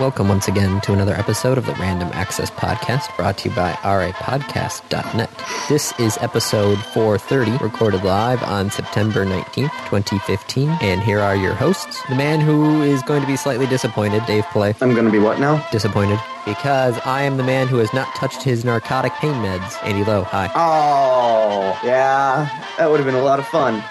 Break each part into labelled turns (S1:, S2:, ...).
S1: Welcome once again to another episode of the Random Access Podcast brought to you by rapodcast.net. This is episode 430, recorded live on September 19th, 2015. And here are your hosts the man who is going to be slightly disappointed, Dave Play.
S2: I'm gonna be what now?
S1: Disappointed because I am the man who has not touched his narcotic pain meds. Andy Lowe, hi.
S2: Oh, yeah. That would have been a lot of fun.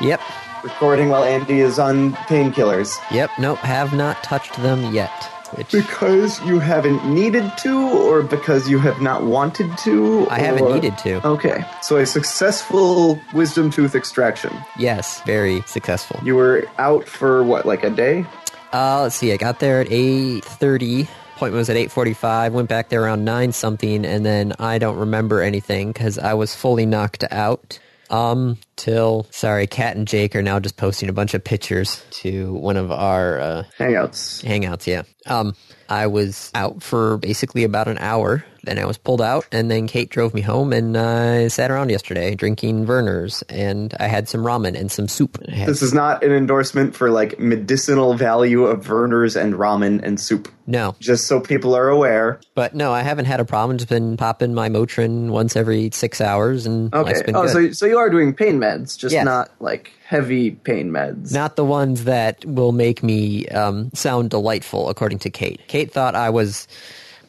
S1: Yep,
S2: Recording while Andy is on painkillers.
S1: yep, nope, have not touched them yet. Which
S2: Because you haven't needed to, or because you have not wanted to?
S1: I haven't
S2: or-
S1: needed to.
S2: Okay, so a successful wisdom tooth extraction.
S1: Yes, very successful.
S2: You were out for what, like a day?
S1: Uh, let's see. I got there at eight thirty. Appointment was at eight forty-five. Went back there around nine something, and then I don't remember anything because I was fully knocked out. Um, till sorry, Kat and Jake are now just posting a bunch of pictures to one of our uh,
S2: Hangouts.
S1: hangouts. Yeah. Um, I was out for basically about an hour. Then I was pulled out, and then Kate drove me home, and I sat around yesterday drinking Verner's, and I had some ramen and some soup. I had
S2: This is not an endorsement for like medicinal value of Verner's and ramen and soup.
S1: no,
S2: Just so people are aware.
S1: But no, I haven't had a problem. Just been popping my Motrin once every six hours, and life's
S2: Okay.
S1: been
S2: Oh,
S1: good.
S2: so so you are doing pain meds, just
S1: Yes.
S2: not like heavy pain meds.
S1: Not the ones that will make me um, sound delightful, according to Kate. Kate thought I was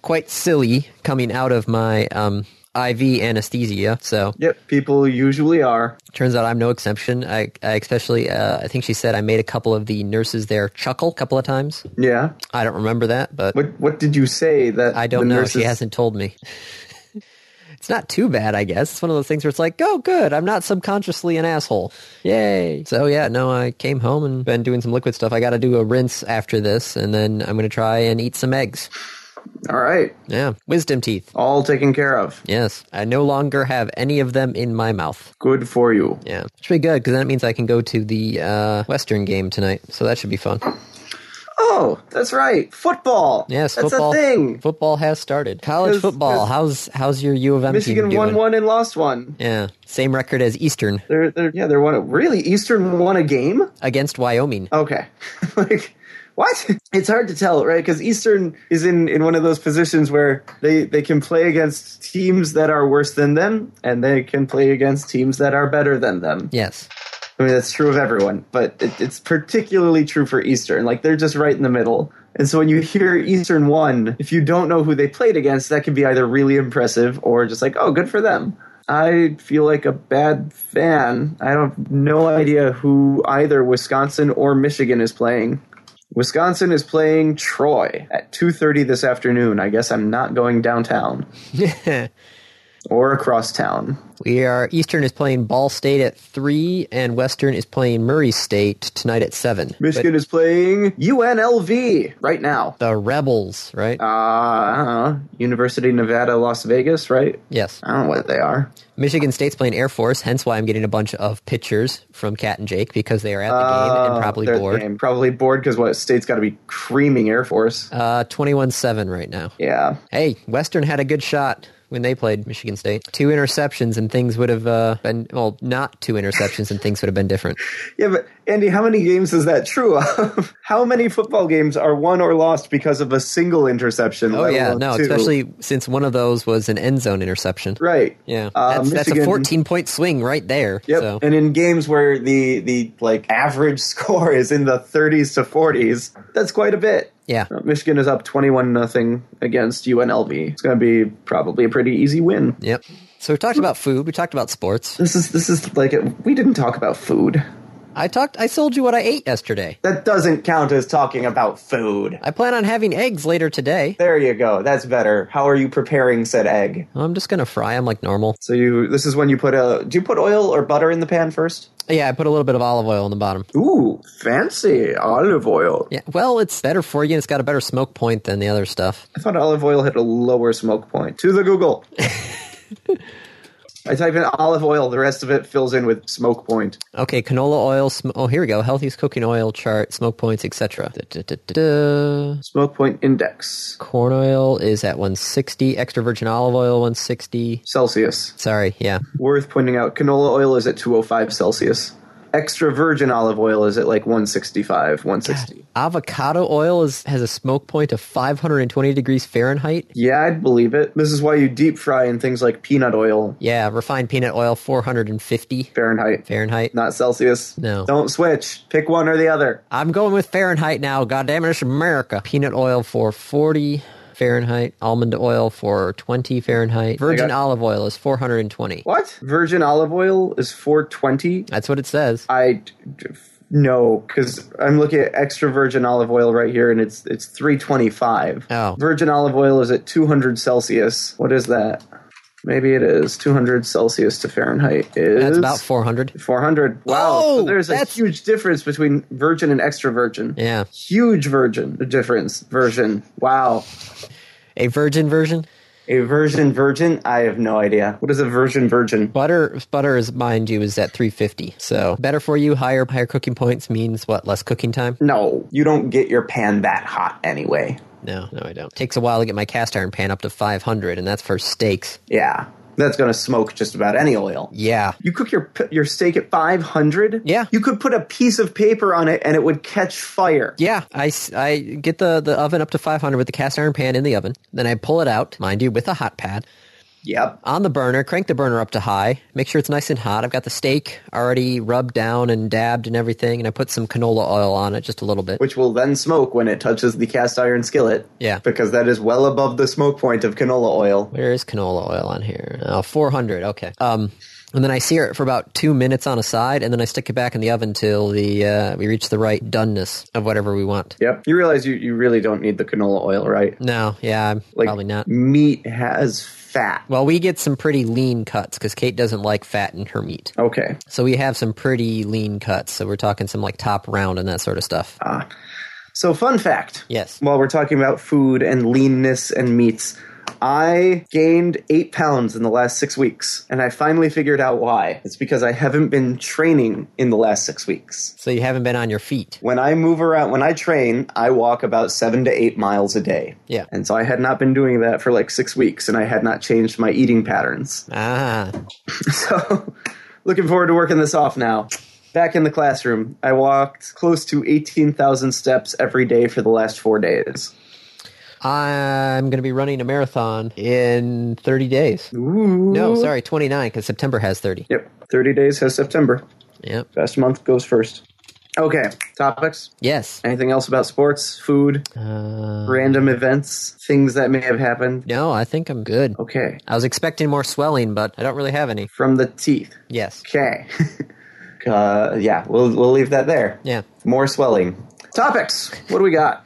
S1: quite silly coming out of my um, IV anesthesia, so
S2: Yep, people usually are.
S1: turns out I'm no exception. I, I especially, uh, I think she said I made a couple of the nurses there chuckle a couple of times.
S2: Yeah.
S1: I don't remember that, but
S2: What What did you say that
S1: I don't
S2: the
S1: know.
S2: Nurses,
S1: She hasn't told me. it's not too bad, I guess. It's one of those things where it's like, oh, good. I'm not subconsciously an asshole. Yay. So, yeah, no, I came home and been doing some liquid stuff. I got to do a rinse after this, and then I'm going to try and eat some eggs.
S2: All right,
S1: Yeah. Wisdom teeth.
S2: all taken care of.
S1: Yes. I no longer have any of them in my mouth.
S2: Good for you.
S1: Yeah. Should be good because that means I can go to the uh, Western game tonight. So that should be fun.
S2: Oh, that's right. Football.
S1: Yes,
S2: that's
S1: football.
S2: a thing.
S1: Football has started. College
S2: 'Cause-
S1: football. How's
S2: 'cause
S1: how's your U of M
S2: Michigan
S1: team doing?
S2: won one and lost one.
S1: Yeah, same record as Eastern.
S2: They're, they're yeah they're one really Eastern won a game.
S1: against Wyoming.
S2: Okay, like what? It's hard to tell, right? Because Eastern is in in one of those positions where they they can play against teams that are worse than them, and they can play against teams that are better than them.
S1: Yes.
S2: I mean, that's true of everyone, but it, it's particularly true for Eastern. Like, they're just right in the middle. And so when you hear Eastern 1, if you don't know who they played against, that can be either really impressive or just like, oh, good for them. I feel like a bad fan. I have no idea who either Wisconsin or Michigan is playing. Wisconsin is playing Troy at 2:30 this afternoon. I guess I'm not going downtown or across town.
S1: we are Eastern is playing Ball State at 3 and Western is playing Murray State tonight at 7.
S2: Michigan is playing UNLV right now.
S1: But the Rebels, right?
S2: uh, I don't know, University of Nevada, Las Vegas, right?
S1: yes.
S2: I don't know what they are.
S1: Michigan State's playing Air Force, hence why I'm getting a bunch of pictures from Cat and Jake because they are at the game and probably
S2: They're at the
S1: bored.
S2: Oh, Uh, game. Probably bored because what state's got to be creaming Air Force.
S1: Uh 21-7 right now.
S2: yeah,
S1: Hey, Western had a good shot when they played Michigan State. Two interceptions and things would have uh, been well, not two interceptions and things would have been different.
S2: yeah. But Andy, how many games is that true of? how many football games are won or lost because of a single interception?
S1: Oh
S2: let
S1: yeah,
S2: alone
S1: no,
S2: two?
S1: especially since one of those was an end zone interception.
S2: right.
S1: Yeah,
S2: Uh,
S1: that's, that's a
S2: Michigan-
S1: 14 point swing right there.
S2: Yep.
S1: So.
S2: And in games where the the like average score is in the 30s to 40s, that's quite a bit.
S1: Yeah.
S2: Uh, Michigan is up 21 nothing against UNLV. It's going to be probably a pretty easy win.
S1: Yep. So we talked about food. We talked about sports.
S2: This is this is like a, we didn't talk about food.
S1: I talked. I sold you what I ate yesterday.
S2: That doesn't count as talking about food.
S1: I plan on having eggs later today.
S2: There you go. That's better. How are you preparing said egg?
S1: I'm just gonna fry them like normal.
S2: So you this is when you put a do you put oil or butter in the pan first?
S1: Yeah, I put a little bit of olive oil on the bottom.
S2: Ooh, fancy olive oil.
S1: Yeah. Well, it's better for you. and It's got a better smoke point than the other stuff.
S2: I thought olive oil had a lower smoke point. To the Google. I type in olive oil, the rest of it fills in with smoke point.
S1: Okay, canola oil. Sm- oh, here we go. Healthiest cooking oil chart, smoke points, etc. Da, da, da, da.
S2: Smoke point index.
S1: Corn oil is at 160. Extra virgin olive oil 160.
S2: Celsius.
S1: Sorry, yeah.
S2: Worth pointing out, canola oil is at 205 Celsius. extra virgin olive oil is at like 165, 160.
S1: Avocado oil is, has a smoke point of 520 degrees Fahrenheit.
S2: Yeah, I'd believe it. This is why you deep fry in things like peanut oil
S1: Yeah, refined peanut oil 450
S2: Fahrenheit,
S1: Fahrenheit.
S2: not Celsius.
S1: No.
S2: Don't switch. Pick one or the other.
S1: I'm going with Fahrenheit now. God damn it, it's America. Peanut oil for 40 Fahrenheit. Almond oil for 20 Fahrenheit. Virgin
S2: got-
S1: olive oil is 420.
S2: What? Virgin olive oil is 420?
S1: That's what it says.
S2: I d- d- no, because I'm looking at extra virgin olive oil right here, and it's it's 325.
S1: Oh.
S2: Virgin olive oil is at 200 Celsius. What is that? Maybe it is 200 Celsius to Fahrenheit is
S1: That's about 400.
S2: 400. Wow,
S1: Oh,
S2: so there's a
S1: that's-
S2: huge difference between virgin and extra virgin.
S1: Yeah.
S2: Huge virgin difference. Virgin. Wow.
S1: A virgin version?
S2: A virgin virgin? I have no idea. What is a virgin virgin?
S1: Butter, butter is, mind you, is at 350. So better for you. Higher, higher cooking points means what? Less cooking time?
S2: No, you don't get your pan that hot anyway.
S1: No, no, I don't. Takes a while to get my cast iron pan up to 500, and that's for steaks.
S2: Yeah, that's going to smoke just about any oil.
S1: Yeah.
S2: You cook your p- your steak at 500?
S1: Yeah.
S2: You could put a piece of paper on it and it would catch fire.
S1: Yeah, I, s- I get the, the oven up to 500 with the cast iron pan in the oven. Then I pull it out, mind you, with a hot pad
S2: Yep.
S1: on the burner, crank the burner up to high, make sure it's nice and hot. I've got the steak already rubbed down and dabbed and everything, and I put some canola oil on it just a little bit.
S2: Which will then smoke when it touches the cast iron skillet.
S1: Yeah.
S2: Because that is well above the smoke point of canola oil.
S1: Where is canola oil on here? Oh, 400. Okay. Um, and then I sear it for about two minutes on a side, and then I stick it back in the oven till the uh, we reach the right doneness of whatever we want.
S2: Yep. You realize you, you really don't need the canola oil, right?
S1: No, yeah, probably not.
S2: Meat has fat.
S1: Well, we get some pretty lean cuts because Kate doesn't like fat in her meat.
S2: Okay.
S1: So we have some pretty lean cuts. So we're talking some like top round and that sort of stuff.
S2: So, fun fact.
S1: Yes.
S2: While we're talking about food and leanness and meats, I gained eight pounds in the last six weeks, and I finally figured out why. It's because I haven't been training in the last six weeks.
S1: So you haven't been on your feet.
S2: When I move around, when I train, I walk about seven to eight miles a day.
S1: Yeah.
S2: And so I had not been doing that for like six weeks, and I had not changed my eating patterns.
S1: Ah,
S2: So, looking forward to working this off now. Back in the classroom, I walked close to 18,000 steps every day for the last four days.
S1: I'm going to be running a marathon in 30 days.
S2: Ooh.
S1: No, sorry, 29 because September has 30.
S2: Yep. 30 days has September.
S1: Yep.
S2: Best month goes first. Okay. Topics?
S1: Yes.
S2: Anything else about sports, food,
S1: Uh,
S2: random events, things that may have happened?
S1: no, I think I'm good.
S2: Okay.
S1: I was expecting more swelling, but I don't really have any.
S2: From the teeth.
S1: Yes.
S2: Okay. uh, yeah, we'll, we'll leave that there.
S1: Yeah.
S2: More swelling. Topics. What do we got?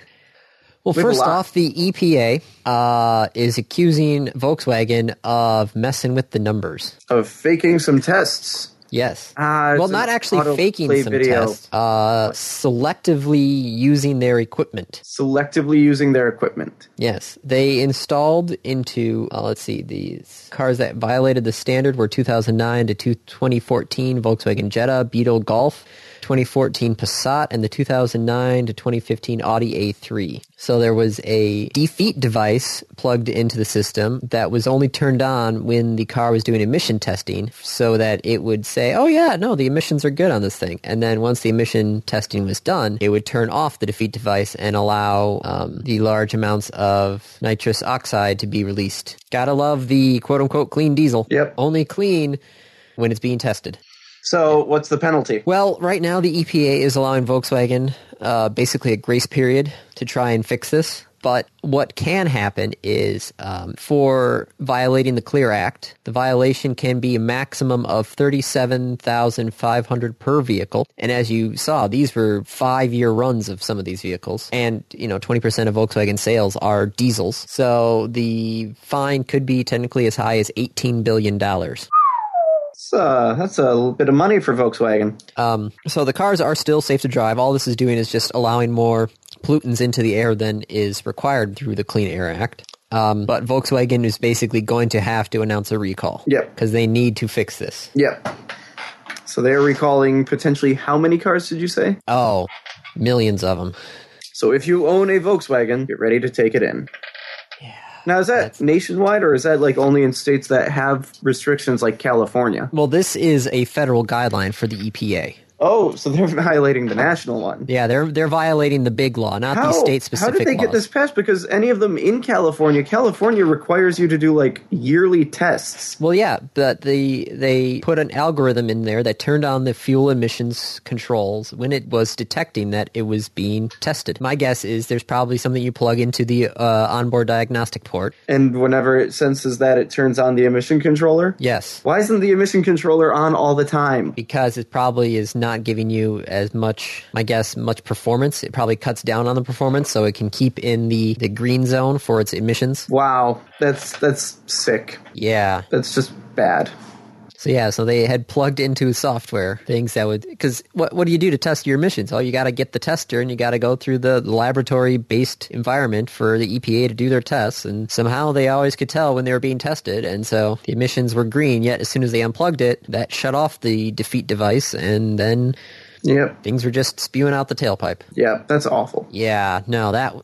S1: Well,
S2: have a
S1: first
S2: lot.
S1: off, the EPA uh, is accusing Volkswagen of messing with the numbers.
S2: Of faking some tests.
S1: Yes.
S2: Ah, it's
S1: well,
S2: an
S1: not actually
S2: autoplay
S1: faking some
S2: video.
S1: tests, uh, selectively using their equipment.
S2: Selectively using their equipment.
S1: Yes, they installed into uh, let's see these cars that violated the standard were 2009 to 2014 Volkswagen Jetta, Beetle Golf, 2014 Passat, and the 2009 to 2015 Audi A3. So there was a defeat device plugged into the system that was only turned on when the car was doing emission testing, so that it would say, "Oh yeah, no, the emissions are good on this thing." And then once the emission testing was done, it would turn off the defeat device and allow um, the large amounts of nitrous oxide to be released. Gotta love the quote unquote clean diesel.
S2: Yep.
S1: Only clean when it's being tested.
S2: So, what's the penalty?
S1: Well, right now the EPA is allowing Volkswagen uh, basically a grace period to try and fix this. But what can happen is um, for violating the Clear Act, the violation can be a maximum of thirty-seven thousand five hundred per vehicle. And as you saw, these were five-year runs of some of these vehicles, and you know twenty percent of Volkswagen sales are diesels. So the fine could be technically as high as eighteen billion dollars.
S2: That's, uh, that's a bit of money for Volkswagen.
S1: Um, so the cars are still safe to drive. All this is doing is just allowing more pollutants into the air than is required through the Clean Air Act. Um, but Volkswagen is basically going to have to announce a recall.
S2: Yep.
S1: Because they need to fix this.
S2: Yep. So they're recalling potentially how many cars did you say?
S1: Oh, millions of them.
S2: So if you own a Volkswagen, get ready to take it in. Now is that nationwide or is that like only in states that have restrictions like California?
S1: Well, this is a federal guideline for the EPA.
S2: Oh, so they're violating the national one.
S1: Yeah, they're they're violating the big law, not the state specific.
S2: How did they get this passed? Because any of them in California, California requires you to do like yearly tests.
S1: Well, yeah, but the they put an algorithm in there that turned on the fuel emissions controls when it was detecting that it was being tested. My guess is there's probably something you plug into the uh, onboard diagnostic port.
S2: And whenever it senses that, it turns on the emission controller.
S1: Yes,
S2: Why isn't the emission controller on all the time?
S1: because it probably is not giving you as much, my guess, much performance. It probably cuts down on the performance so it can keep in the the green zone for its emissions.
S2: Wow, that's that's sick.
S1: Yeah,
S2: That's just bad.
S1: So yeah, so they had plugged into software things that would because what what do you do to test your emissions? Oh, you got to get the tester and you got to go through the laboratory based environment for the EPA to do their tests, and somehow they always could tell when they were being tested, and so the emissions were green. Yet as soon as they unplugged it, that shut off the defeat device, and then
S2: Yep,
S1: things were just spewing out the tailpipe.
S2: yep, that's awful.
S1: Yeah, no, that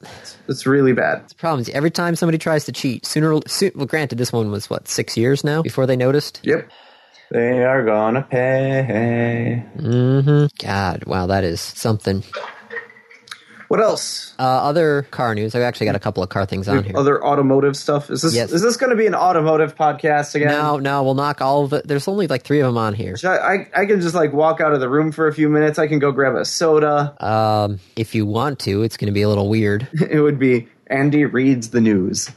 S2: That's really bad.
S1: the problem is every time somebody tries to cheat, sooner soon, well, granted, this one was what six years now before they noticed.
S2: Yep. They are gonna pay.
S1: God, wow, that is something.
S2: What else?
S1: Uh, other car news. I've actually got a couple of car things on here.
S2: Other automotive stuff? Is this
S1: Yes.
S2: is this going to be an automotive podcast again?
S1: No, no, we'll knock all of it. There's only like three of them on here.
S2: Should I, I I can just like walk out of the room for a few minutes. I can go grab a soda.
S1: Um, if you want to, it's going to be a little weird.
S2: It would be Andy reads the news.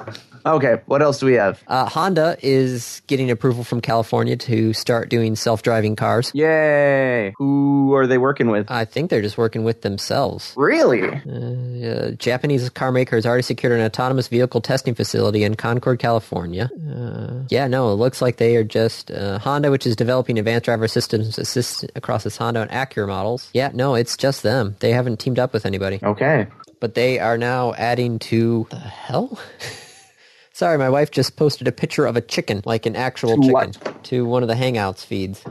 S2: Okay, what else do we have?
S1: Uh, Honda is getting approval from California to start doing self-driving cars.
S2: Yay! Who are they working with?
S1: I think they're just working with themselves.
S2: Really?
S1: Uh, Japanese car maker has already secured an autonomous vehicle testing facility in Concord, California. Uh, yeah, no, it looks like they are just uh, Honda, which is developing advanced driver systems assist across its Honda and Acura models. Yeah, no, it's just them. They haven't teamed up with anybody.
S2: Okay.
S1: but they are now adding to the hell. Sorry, my wife just posted a picture of a chicken, like an actual
S2: To
S1: chicken,
S2: what?
S1: to one of the Hangouts feeds.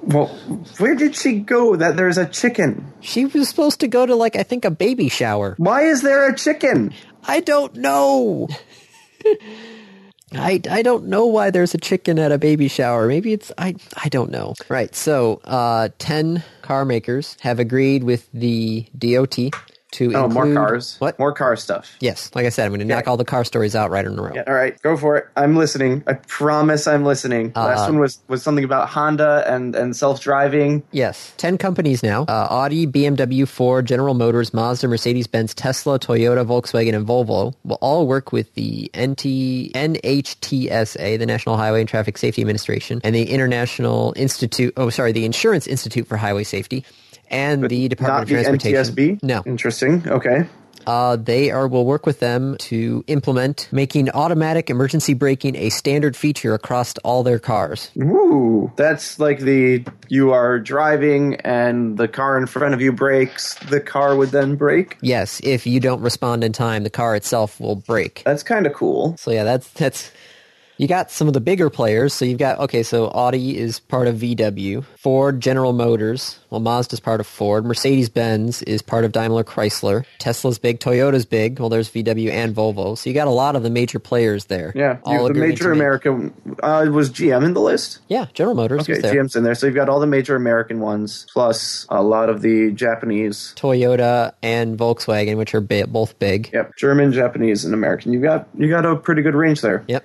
S2: Well, where did she go that there's a chicken?
S1: She was supposed to go to like I think a baby shower.
S2: Why is there a chicken?
S1: I don't know. I, I don't know why there's a chicken at a baby shower. Maybe it's I I don't know. Right. So, uh, ten car makers have agreed with the DOT to
S2: Oh,
S1: include
S2: more cars.
S1: What?
S2: More car stuff.
S1: Yes. Like I said, I'm going to knock all the car stories out right in a row.
S2: All right, go for it. I'm listening. I promise I'm listening.
S1: Uh,
S2: Last one was, was something about Honda and, and self driving.
S1: Yes. 10 companies now uh, Audi, BMW, Ford, General Motors, Mazda, Mercedes Benz, Tesla, Toyota, Volkswagen, and Volvo will all work with the NT, NHTSA, the National Highway and Traffic Safety Administration, and the International Institute, oh, sorry, the Insurance Institute for Highway Safety. And the E Department
S2: Not
S1: of
S2: the
S1: Transportation.
S2: NTSB?
S1: No.
S2: Interesting. Okay.
S1: Uh, they are will work with them to implement making automatic emergency braking a standard feature across all their cars.
S2: Hmm. Ooh. That's like the you are driving and the car in front of you brakes. The car would then brake.
S1: Yes, if you don't respond in time, the car itself will brake.
S2: That's kind of cool.
S1: So yeah, that's that's you got some of the bigger players. So you've got okay, so Audi is part of VW, Ford, General Motors, well Mazda's part of Ford, Mercedes Benz is part of Daimler Chrysler, Tesla's big, Toyota's big. Well, there's VW and Volvo. So you got a lot of the major players there.
S2: Yeah. You- the
S1: agreeing to
S2: major
S1: make-
S2: American uh, was GM in the list.
S1: Yeah, General Motors
S2: Okay,
S1: was there.
S2: GM's in there. So you've got all the major American ones, plus a lot of the Japanese
S1: Toyota and Volkswagen, which are bi- both big.
S2: Yep, German, Japanese, and American. You got you got a pretty good range there.
S1: Yep.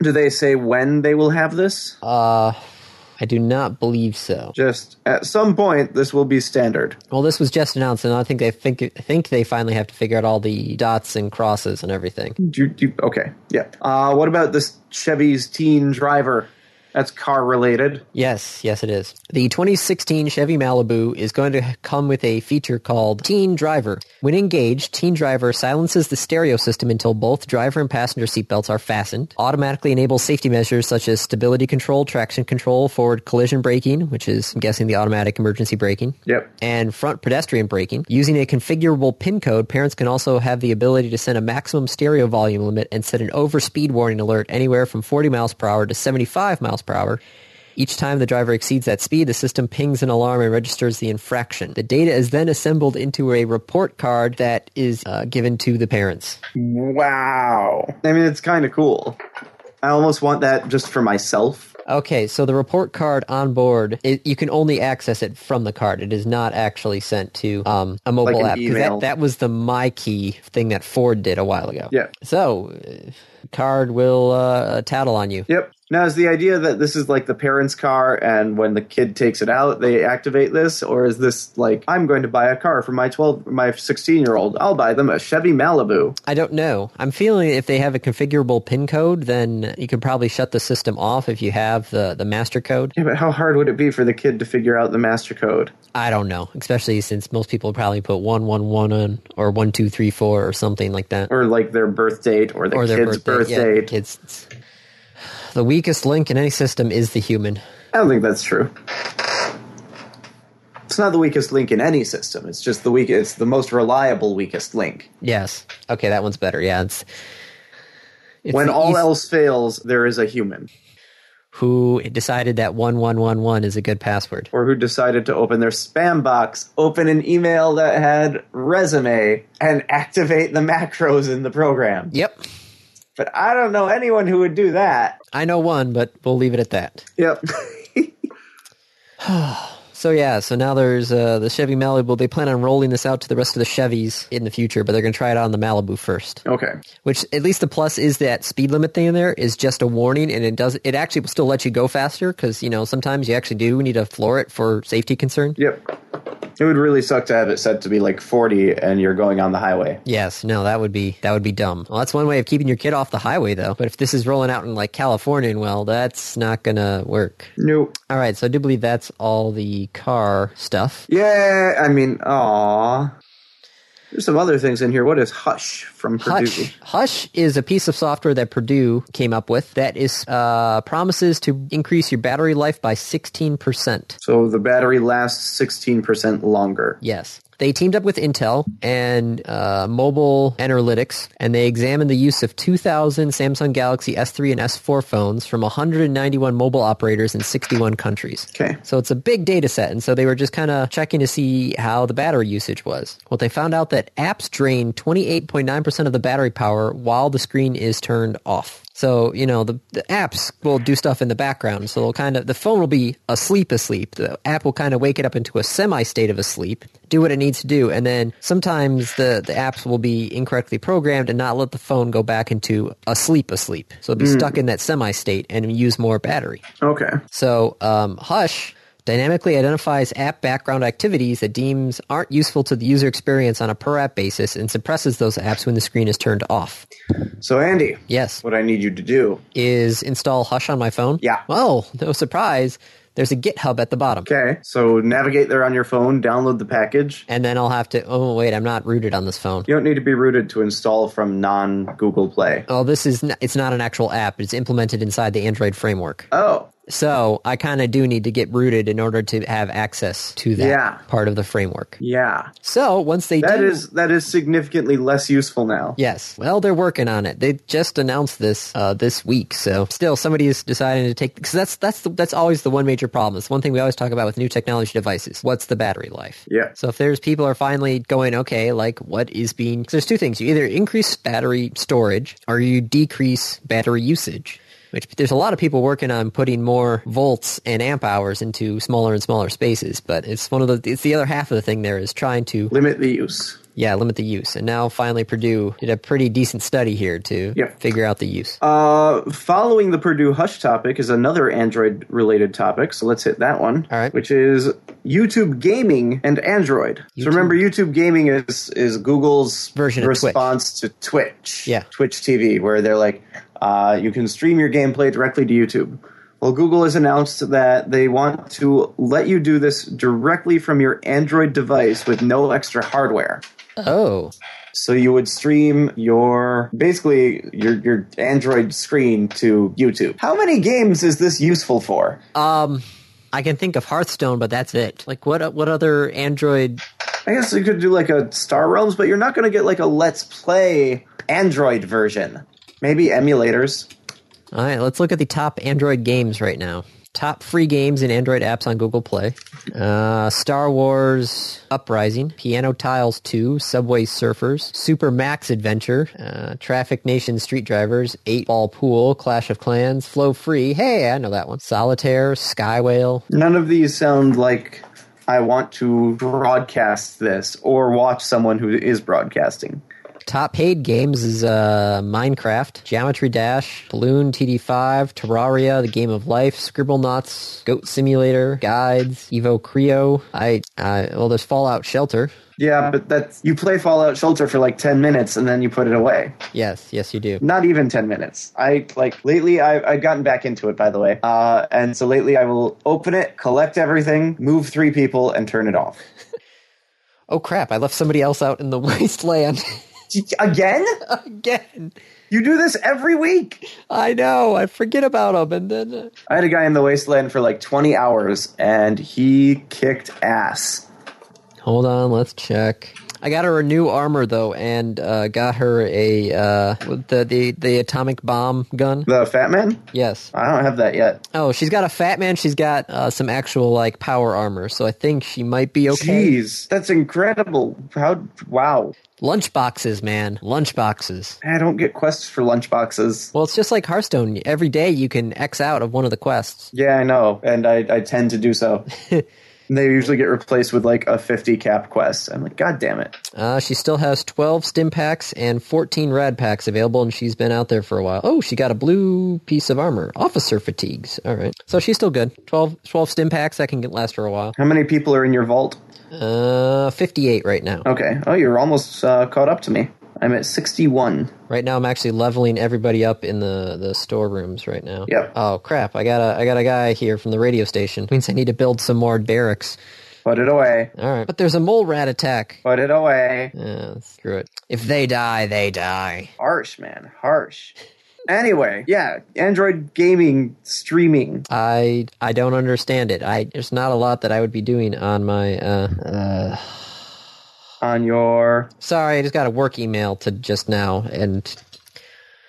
S2: Do they say when they will have this?
S1: Uh, I do not believe so.
S2: Just at some point, this will be standard.
S1: Well, this was just announced, and I think they think I think they finally have to figure out all the dots and crosses and everything.
S2: Do, do, okay, yeah. Uh, what about this Chevy's Teen Driver? That's car related.
S1: Yes, yes, it is. The 2016 Chevy Malibu is going to come with a feature called Teen Driver. When engaged, Teen Driver silences the stereo system until both driver and passenger seatbelts are fastened, automatically enables safety measures such as stability control, traction control, forward collision braking, which is, I'm guessing, the automatic emergency braking.
S2: Yep.
S1: And front pedestrian braking. Using a configurable PIN code, parents can also have the ability to set a maximum stereo volume limit and set an overspeed warning alert anywhere from 40 miles per hour to 75 miles per hour. Each time the driver exceeds that speed, the system pings an alarm and registers the infraction. The data is then assembled into a report card that is uh, given to the parents.
S2: Wow. I mean, it's kind of cool. I almost want that just for myself.
S1: Okay, so the report card on board, it, you can only access it from the card. It is not actually sent to um, a mobile
S2: an
S1: app because
S2: email.
S1: that, that was the my key thing that Ford did a while ago.
S2: Yeah.
S1: So, uh, card will uh, tattle on you.
S2: Yep. Now, is the idea that this is like the parents' car, and when the kid takes it out, they activate this, or is this like I'm going to buy a car for my twelve, my sixteen year old? I'll buy them a Chevy Malibu.
S1: I don't know. I'm feeling if they have a configurable PIN code, then you can probably shut the system off if you have the, the master code.
S2: Yeah, but how hard would it be for the kid to figure out the master code?
S1: I don't know, especially since most people probably put 111 on or 1234 or something like that.
S2: or like their birth date or the
S1: or their
S2: kid's birth
S1: birth yeah,
S2: date.
S1: kids. It's- The weakest link in any system is the human.
S2: I don't think that's true. It's not the weakest link in any system. It's just the weak. It's the most reliable weakest link.
S1: Yes. Okay, that one's better. Yeah, it's, it's
S2: when
S1: the
S2: all
S1: eas-
S2: else fails, there is a human,
S1: who decided that one one one one is a good password.
S2: or who decided to open their spam box, open an email that had resume, and activate the macros in the program.
S1: Yep,
S2: But I don't know anyone who would do that.
S1: I know one, but we'll leave it at that.
S2: Yep.
S1: So yeah, so now there's uh, the Chevy Malibu. They plan on rolling this out to the rest of the Chevys in the future, but they're going to try it out on the Malibu first.
S2: okay.
S1: Which at least the plus is that speed limit thing in there is just a warning, and it does it actually will still let you go faster because you know sometimes you actually do need to floor it for safety concern.
S2: Yep. It would really suck to have it set to be like 40 and you're going on the highway.
S1: Yes, no, that would be that would be dumb. Well, that's one way of keeping your kid off the highway, though. But if this is rolling out in like California, and well, that's not gonna work.
S2: Nope.
S1: All right, so I do believe that's all the car stuff.
S2: Yeah, I mean, aw. There's some other things in here. What is Hush from Purdue?
S1: Hush. Hush is a piece of software that Purdue came up with that is uh, promises to increase your battery life by sixteen percent.
S2: So the battery lasts 16% longer.
S1: Yes. They teamed up with Intel and uh, Mobile Analytics, and they examined the use of 2,000 Samsung Galaxy S3 and S4 phones from 191 mobile operators in 61 countries.
S2: Okay.
S1: So it's a big data set, and so they were just kind of checking to see how the battery usage was. Well, they found out that apps drain 28.9% of the battery power while the screen is turned off. So, you know, the, the apps will do stuff in the background. So they'll kind of, the phone will be asleep, asleep. The app will kind of wake it up into a semi state of asleep, do what it needs to do. And then sometimes the, the apps will be incorrectly programmed and not let the phone go back into asleep, asleep. So it'll be stuck in that semi state and use more battery.
S2: Okay.
S1: So um, Hush dynamically identifies app background activities that deems aren't useful to the user experience on a per app basis and suppresses those apps when the screen is turned off.
S2: So, Andy,
S1: Yes,
S2: what I need you to do.
S1: is install Hush on my phone?
S2: Yeah.
S1: Well, no surprise. There's a GitHub at the bottom.
S2: Okay. So, navigate there on your phone, download the package.
S1: And then I'll have to. Oh wait, I'm not rooted on this phone.
S2: You don't need to be rooted to install from non Google Play.
S1: Oh, this is. N- it's not an actual app. It's implemented inside the Android framework.
S2: Oh,
S1: So I kind of do need to get rooted in order to have access to that
S2: Yeah.
S1: part of the framework.
S2: yeah.
S1: So once they
S2: That
S1: do,
S2: is that is significantly less useful now.
S1: Yes. Well, they're working on it. They just announced this uh, this week, so still somebody is deciding to take because that's that's the, that's always the one major problem. It's one thing we always talk about with new technology devices. What's the battery life?
S2: Yeah.
S1: So if there's people are finally going, okay, like what is being? 'cause there's two things: you either increase battery storage or you decrease battery usage. Which there's a lot of people working on putting more volts and amp hours into smaller and smaller spaces, but it's one of the it's the other half of the thing there is trying to
S2: Limit the use.
S1: yeah, limit the use. And now finally Purdue did a pretty decent study here to
S2: Yep.
S1: figure out the use.
S2: Uh, following the Purdue Hush topic is another Android related topic, so let's hit that one.
S1: All right.
S2: Which is YouTube gaming and Android. So remember, YouTube gaming is is Google's
S1: Version of Twitch.
S2: response to Twitch.
S1: Yeah.
S2: Twitch TV, where they're like, uh, you can stream your gameplay directly to YouTube. Well, Google has announced that they want to let you do this directly from your Android device with no extra hardware.
S1: oh,
S2: So you would stream your basically your your Android screen to YouTube. How many games is this useful for?
S1: um, I can think of Hearthstone, but that's it. Like what what other Android?
S2: I guess you could do like a Star Realms, but you're not going to get like a Let's Play Android version. Maybe emulators.
S1: All right, let's look at the top Android games right now. Top free games in Android apps on Google Play. Uh, Star Wars Uprising, Piano Tiles 2, Subway Surfers, Super Max Adventure, uh, Traffic Nation Street Drivers, 8 Ball Pool, Clash of Clans, Flow Free, hey, I know that one. Solitaire, Sky Whale,
S2: None of these sound like I want to broadcast this or watch someone who is broadcasting.
S1: Top paid games is uh, Minecraft, Geometry Dash, Balloon, TD5, Terraria, The Game of Life, Scribble Knots, Goat Simulator, Guides, Evo Creo. I uh, well, there's Fallout Shelter.
S2: Yeah, but that's you play Fallout Shelter for like 10 minutes and then you put it away.
S1: Yes, yes, you do.
S2: Not even 10 minutes. I like lately I I've gotten back into it by the way. Uh and so lately I will open it, collect everything, move 3 people and turn it off.
S1: Oh crap! I left somebody else out in the wasteland
S2: Again?
S1: again.
S2: You do this every week.
S1: I know. I forget about them, and then uh,
S2: I had a guy in the wasteland for like 20 hours and he kicked ass.
S1: hold on. Let's check. I got her a new armor though, and uh, got her a uh, with the, the the atomic bomb gun.
S2: The fat man?
S1: Yes.
S2: I don't have that yet.
S1: Oh, she's got a fat man. She's got uh, some actual like power armor, so I think she might be okay.
S2: Jeez, that's incredible. How wow.
S1: Lunchboxes, man, lunchboxes.
S2: I don't get quests for lunchboxes.
S1: Well, it's just like Hearthstone. Every day you can X out of one of the quests.
S2: Yeah, I know, and I, I tend to do so. And they usually get replaced with like a 50 cap quest. I'm like, God damn it.
S1: Uh, she still has twelve stim packs and fourteen rad packs available, and she's been out there for a while. Oh, she got a blue piece of armor. Officer fatigues. All right, so she's still good. 12, 12 stim packs that can get, last for a while.
S2: How many people are in your vault?
S1: Uh, fifty-eight right now.
S2: Okay. Oh, you're almost uh, caught up to me. I'm at 61.
S1: Right now, I'm actually leveling everybody up in the the storerooms right now.
S2: Yep.
S1: Oh crap! I got a I got a guy here from the radio station. Means I need to build some more barracks.
S2: Put it away.
S1: All right. But there's a mole rat attack.
S2: Put it away.
S1: Yeah, screw it. If they die, they die.
S2: Harsh, man. Harsh. Anyway, yeah, Android gaming streaming.
S1: I I don't understand it. I there's not a lot that I would be doing on my. Uh, uh,
S2: on your
S1: sorry, I just got a work email to just now and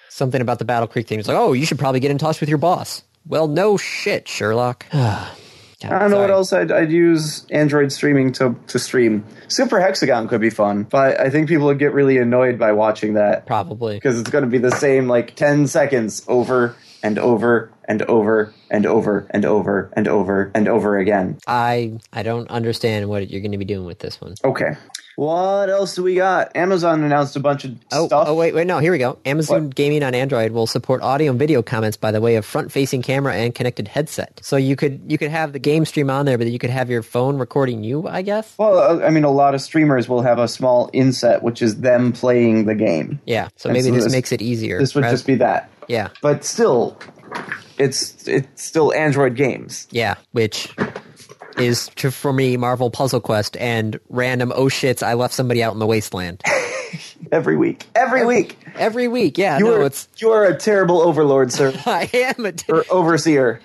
S1: something about the Battle Creek thing. It's like, oh, you should probably get in touch with your boss. Well, no shit, Sherlock.
S2: I don't know what else I'd, I'd use Android streaming to, to stream. Super Hexagon could be fun, but I think people would get really annoyed by watching that
S1: Probably.
S2: because it's going to be the same like 10 seconds over and over and over and over and over and over and over again.
S1: I I don't understand what you're going to be doing with this one.
S2: Okay. What else do we got? Amazon announced a bunch of
S1: Oh,
S2: stuff.
S1: oh wait, wait, no, here we go. Amazon Gaming on Android will support audio and video comments by the way of front-facing camera and connected headset. So you could you could have the game stream on there, but you could have your phone recording you, I guess.
S2: Well, uh, I mean, a lot of streamers will have a small inset, which is them playing the game.
S1: Yeah, so
S2: And
S1: maybe
S2: so
S1: this,
S2: this-
S1: makes it easier.
S2: This would
S1: right?
S2: just be that.
S1: yeah,
S2: But still, it's it's still Android games.
S1: yeah, which is to, for me Marvel Puzzle Quest and random oh shits I left somebody out in the wasteland
S2: every week. Every week.
S1: every week. Yeah,
S2: You
S1: no,
S2: are
S1: it's
S2: you are a terrible overlord, sir,
S1: I am a
S2: or overseer.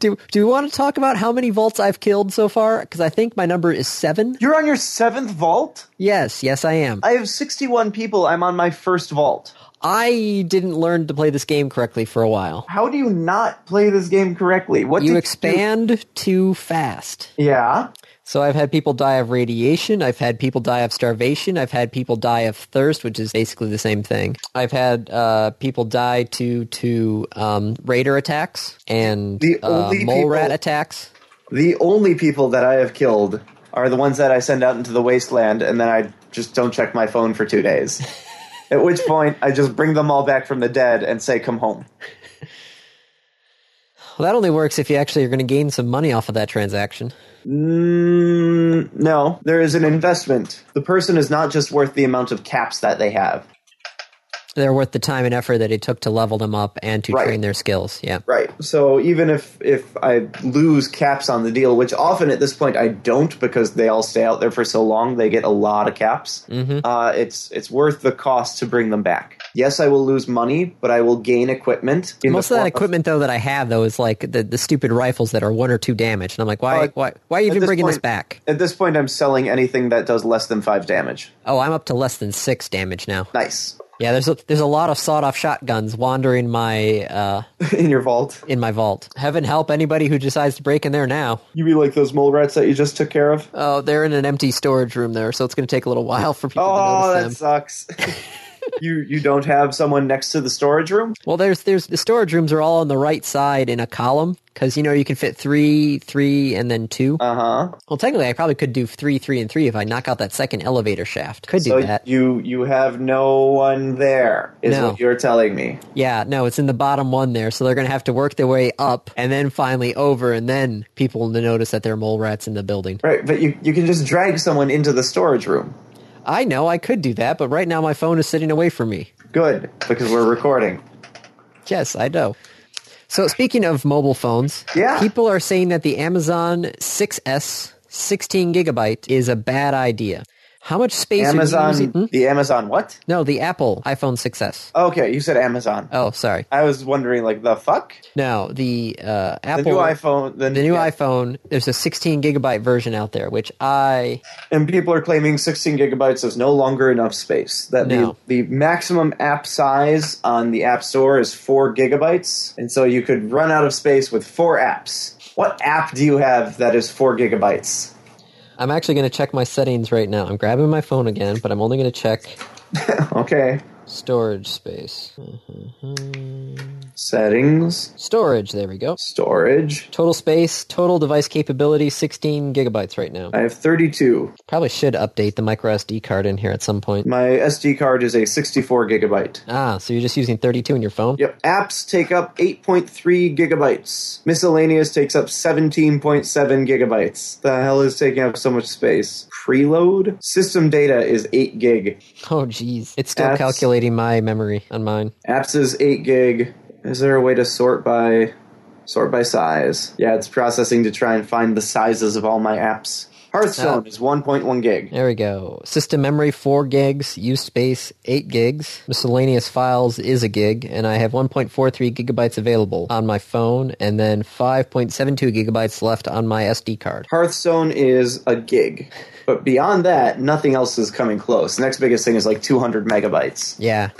S1: Do do we want to talk about how many vaults I've killed so far? Because I think my number is seven.
S2: You're on your seventh vault.
S1: Yes, yes, I am.
S2: I have sixty-one people. I'm on my first vault.
S1: I didn't learn to play this game correctly for a while.
S2: How do you not play this game correctly? What did
S1: You expand too fast.
S2: do? Yeah,
S1: So I've had people die of radiation. I've had people die of starvation. I've had people die of thirst, which is basically the same thing. I've had uh, people die to to um, raider attacks and
S2: The
S1: uh,
S2: only
S1: mole rat
S2: people-
S1: attacks.
S2: the only people that I have killed are the ones that I send out into the wasteland, and then I just don't check my phone for two days. At which point, I just bring them all back from the dead and say, "Come home."
S1: Well, that only works if you actually are going to gain some money off of that transaction.
S2: Mm, no, there is an investment. The person is not just worth the amount of caps that they have.
S1: they're worth the time and effort that it took to level them up and to
S2: Right.
S1: train their skills. Yeah.
S2: Right. So even if if I lose caps on the deal, which often at this point I don't because they all stay out there for so long, they get a lot of caps.
S1: Mm-hmm.
S2: Uh, it's it's worth the cost to bring them back. Yes, I will lose money, but I will gain equipment. in the
S1: Most of that
S2: form
S1: equipment, though, that I have though, is like the, the stupid rifles that are one or two damaged, and I'm like, why,
S2: Uh,
S1: why, why are you
S2: at
S1: even
S2: this
S1: bringing this
S2: point-
S1: back?
S2: At this point, I'm selling anything that does less than five damage.
S1: Oh, I'm up to less than six damage now.
S2: Nice.
S1: Yeah, there's a, there's a lot of sawed off shotguns wandering my uh,
S2: in your vault.
S1: in my vault. Heaven help anybody who decides to break in there now.
S2: You be like those mole rats that you just took care of.
S1: Oh, they're in an empty storage room there, so it's going to take a little while for people
S2: Oh,
S1: to
S2: that
S1: notice them.
S2: sucks. you you don't have someone next to the storage room.
S1: Well, there's there's the storage rooms are all on the right side in a column because you know you can fit three, three, and then two.
S2: Uh huh.
S1: well, technically, I probably could do three, three, and three if I knock out that second elevator shaft. Could do
S2: So
S1: that.
S2: you you have no one there is
S1: No.
S2: what you're telling me.
S1: Yeah, no, it's in the bottom one there, so they're going to have to work their way up and then finally over, and then people will notice that there are mole rats in the building.
S2: Right, but you you can just drag someone into the storage room.
S1: I know I could do that, but right now my phone is sitting away from me.
S2: Good, because we're recording.
S1: Yes, I know. So speaking of mobile phones,
S2: Yeah.
S1: people are saying that the Amazon 6S 16 gigabyte is a bad idea. How much space are you
S2: Amazon,
S1: using- Hmm?
S2: the Amazon what?
S1: No, the Apple iPhone 6S.
S2: Okay, you said Amazon.
S1: Oh, sorry.
S2: I was wondering, like, the fuck?
S1: No, the uh,
S2: The
S1: Apple
S2: new iPhone, the,
S1: the new
S2: yeah.
S1: iPhone, there's a 16 gigabyte version out there, which I
S2: and people are claiming 16 gigabytes is no longer enough space. That
S1: No.
S2: the, the maximum app size on the App Store is four gigabytes, and so you could run out of space with four apps. What app do you have that is four gigabytes?
S1: I'm actually going to check my settings right now. I'm grabbing my phone again, but I'm only going to check
S2: Okay,
S1: storage space.
S2: settings,
S1: Storage, there we go.
S2: storage.
S1: Total space, total device capability, 16 gigabytes right now.
S2: I have 32.
S1: Probably should update the micro SD card in here at some point.
S2: My SD card is a 64 gigabyte.
S1: Ah, so you're just using 32 in your phone?
S2: Yep. Apps take up 8.3 gigabytes. Miscellaneous takes up 17.7 gigabytes. The hell is taking up so much space? Preload? System data is 8 gig.
S1: Oh, jeez. It's still
S2: Apps.
S1: calculating my memory on mine.
S2: Apps is 8 gig. Is there a way to sort by sort by size? Yeah, it's processing to try and find the sizes of all my apps. Hearthstone is 1.1 gig.
S1: There we go. System memory, 4 gigs. Used space, 8 gigs. Miscellaneous files is a gig. And I have 1.43 gigabytes available on my phone, and then 5.72 gigabytes left on my SD card.
S2: Hearthstone is a gig. But beyond that, nothing else is coming close. The next biggest thing is like 200 megabytes.
S1: Yeah.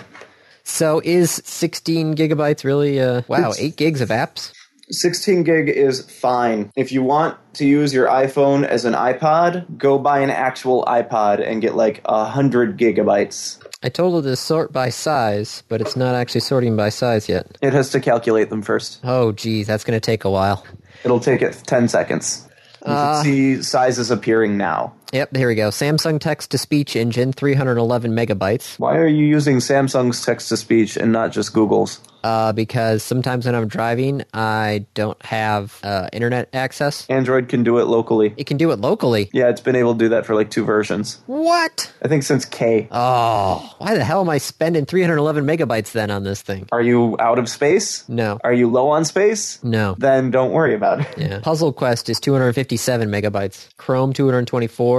S1: So is 16 gigabytes really, uh, wow, 8 gigs of apps?
S2: 16 gig is fine. If you want to use your iPhone as an iPod, go buy an actual iPod and get like 100 gigabytes.
S1: I told it to sort by size, but it's not actually sorting by size yet.
S2: It has to calculate them first.
S1: Oh, geez, that's going to take a while.
S2: It'll take it 10 seconds. You can see sizes appearing now.
S1: Yep, here we go. Samsung text to speech engine, 311 megabytes.
S2: Why are you using Samsung's text to speech and not just Google's?
S1: Uh, because sometimes when I'm driving, I don't have uh, internet access.
S2: Android can do it locally.
S1: It can do it locally.
S2: Yeah, it's been able to do that for like two versions.
S1: What?
S2: I think since K.
S1: Oh, why the hell am I spending 311 megabytes then on this thing?
S2: Are you out of space?
S1: No.
S2: Are you low on space?
S1: No.
S2: Then don't worry about it.
S1: Yeah. Puzzle Quest is 257 megabytes. Chrome 224.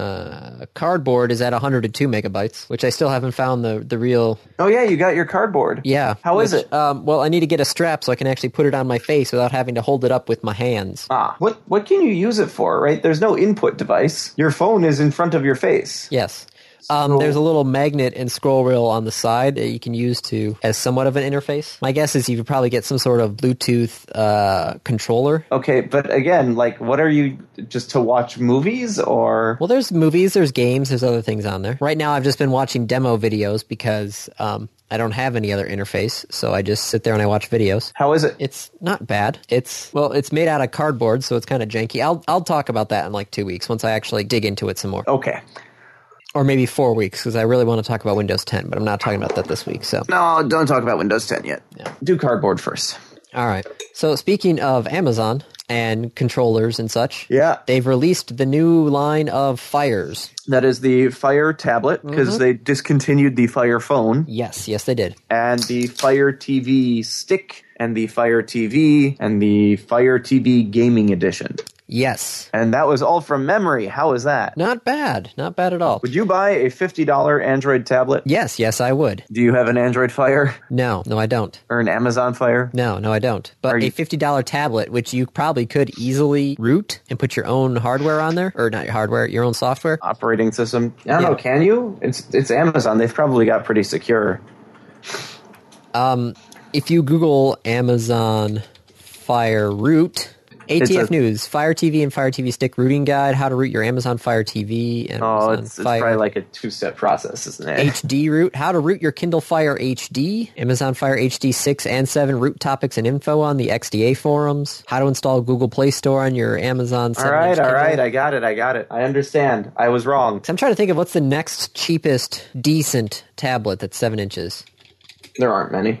S1: Uh, Cardboard is at 102 megabytes, which I still haven't found the the real.
S2: Oh, yeah, you got your cardboard.
S1: Yeah.
S2: How is
S1: which,
S2: it?
S1: Um, well, I need to get a strap so I can actually put it on my face without having to hold it up with my hands.
S2: Ah, what what can you use it for? Right? There's no input device. Your phone is in front of your face.
S1: Yes. Um, there's a little magnet and scroll wheel on the side that you can use to as somewhat of an interface. My guess is you could probably get some sort of Bluetooth uh, controller.
S2: Okay, but again, like, what are you just to watch movies or?
S1: Well, there's movies, there's games, there's other things on there. Right now, I've just been watching demo videos because um, I don't have any other interface, so I just sit there and I watch videos.
S2: How is it?
S1: It's not bad. It's well, it's made out of cardboard, so it's kind of janky. I'll I'll talk about that in like two weeks once I actually dig into it some more,
S2: Okay.
S1: or maybe four weeks because I really want to talk about Windows 10, but I'm not talking about that this week. So
S2: No, don't talk about Windows 10 yet. Do cardboard first.
S1: all right. So speaking of Amazon and controllers and such,
S2: Yeah.
S1: they've released the new line of Fires.
S2: That is the Fire tablet
S1: Mm-hmm.
S2: because they discontinued the Fire phone
S1: Yes, yes, they did.
S2: and the Fire TV stick and the Fire TV and the Fire TV gaming edition.
S1: Yes.
S2: And that was all from memory. How was that?
S1: Not bad. Not bad at all.
S2: Would you buy a $50 Android tablet?
S1: Yes, yes, I would.
S2: Do you have an Android Fire
S1: No, no, I don't.
S2: or an Amazon Fire?
S1: No, no, I don't. But
S2: you-
S1: a $50 tablet, which you probably could easily root and put your own hardware on there, or not your hardware, your own software.
S2: Operating system. I don't
S1: Yeah.
S2: know. Can you? It's it's Amazon. They've probably got pretty secure.
S1: If you Google Amazon Fire Root, ATF
S2: a-
S1: News, Fire TV and Fire TV Stick Rooting Guide, How to Root Your Amazon Fire TV and
S2: Oh,
S1: Amazon
S2: it's, it's
S1: Fire
S2: probably like a two step process, isn't it?
S1: HD Root, How to Root Your Kindle Fire HD, Amazon Fire HD 6 and 7 Root topics and info on the XDA forums, How to Install Google Play Store on your Amazon.
S2: all right, all right. I got it. I got it. I understand. I was wrong.
S1: So I'm trying to think of what's the next cheapest decent tablet that's seven inches.
S2: There aren't many.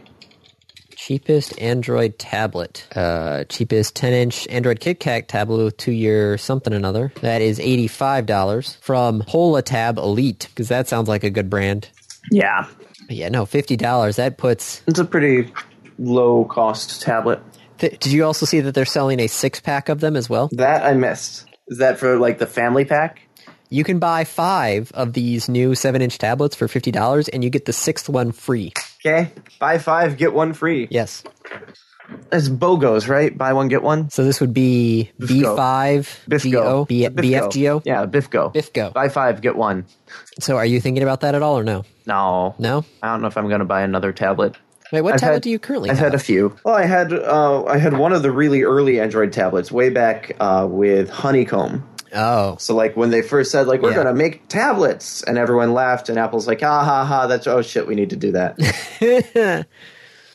S1: Cheapest Android tablet. Uh, cheapest 10 inch Android KitKat tablet with two year something another. That is $85 from Holotab Elite, because that sounds like a good brand.
S2: Yeah,
S1: But yeah, no, $50. That puts.
S2: it's a pretty low cost tablet.
S1: Th- did you also see that they're selling a six pack of them as well?
S2: That I missed. Is that for like the family pack?
S1: You can buy five of these new seven inch tablets for $50 and you get the sixth one free.
S2: Okay, buy five get one free.
S1: Yes.
S2: That's Bogos, right? Buy one get one.
S1: So this would be
S2: Bifco.
S1: B5, BO,
S2: Bifco.
S1: B- BFGO.
S2: Yeah, Bifco.
S1: Bifco.
S2: Buy five get one.
S1: So are you thinking about that at all or no?
S2: No,
S1: No?
S2: I don't know if I'm going to buy another tablet.
S1: Wait, what
S2: I've
S1: tablet
S2: had-
S1: do you currently
S2: I've
S1: have?
S2: had a few. Well, I had uh, I had one of the really early Android tablets way back uh, with Honeycomb.
S1: oh.
S2: So like when they first said like we're
S1: Yeah.
S2: going to make tablets, and everyone laughed, and Apple's like, ah ha ha, that's oh shit, we need to do that.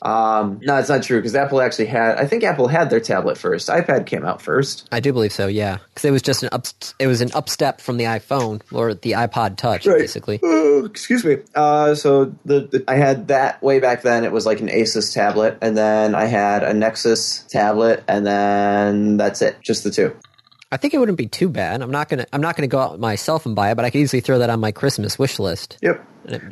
S2: um, no, it's not true because Apple actually had. I think Apple had their tablet first. iPad came out first.
S1: I do believe so, yeah. Because it was just an up, it was an upstep from the iPhone or the iPod Touch,
S2: Right.
S1: basically.
S2: Oh, excuse me. Uh, so the, the I had that way back then. It was like an Asus tablet, and then I had a Nexus tablet, and then that's it. Just the two.
S1: I think it wouldn't be too bad. I'm not gonna I'm not gonna go out myself and buy it, but I could easily throw that on my Christmas wish list
S2: Yep.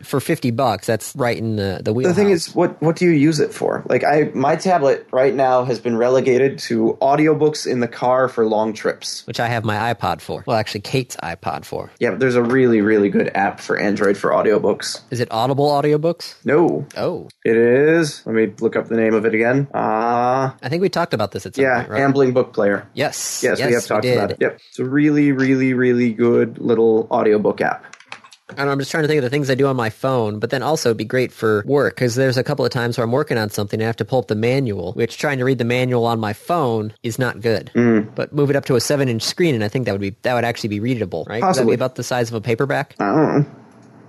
S1: for fifty bucks. That's right in the the
S2: The
S1: wheelhouse.
S2: thing is, what what do you use it for? Like, I my tablet right now has been relegated to audiobooks in the car for long trips.
S1: which I have my iPod for. Well, actually, Kate's iPod for.
S2: Yeah, but there's a really really good app for Android for audiobooks.
S1: Is it Audible audiobooks?
S2: No,
S1: Oh,
S2: it is. Let me look up the name of it again. Ah,
S1: I think we talked about this at some
S2: yeah,
S1: point, right?
S2: Ambling Book Player.
S1: yes,
S2: Yes, we have talked
S1: did.
S2: about it. Yep, it's a really really really good little audiobook app.
S1: And I'm just trying to think of the things I do on my phone, but then also it'd be great for work because there's a couple of times where I'm working on something and I have to pull up the manual, which trying to read the manual on my phone is not good. But move it up to a seven inch screen, and I think that would be that would actually be readable, right? 'Cause That'd be
S2: Possibly.
S1: about the size of a paperback.
S2: I don't know.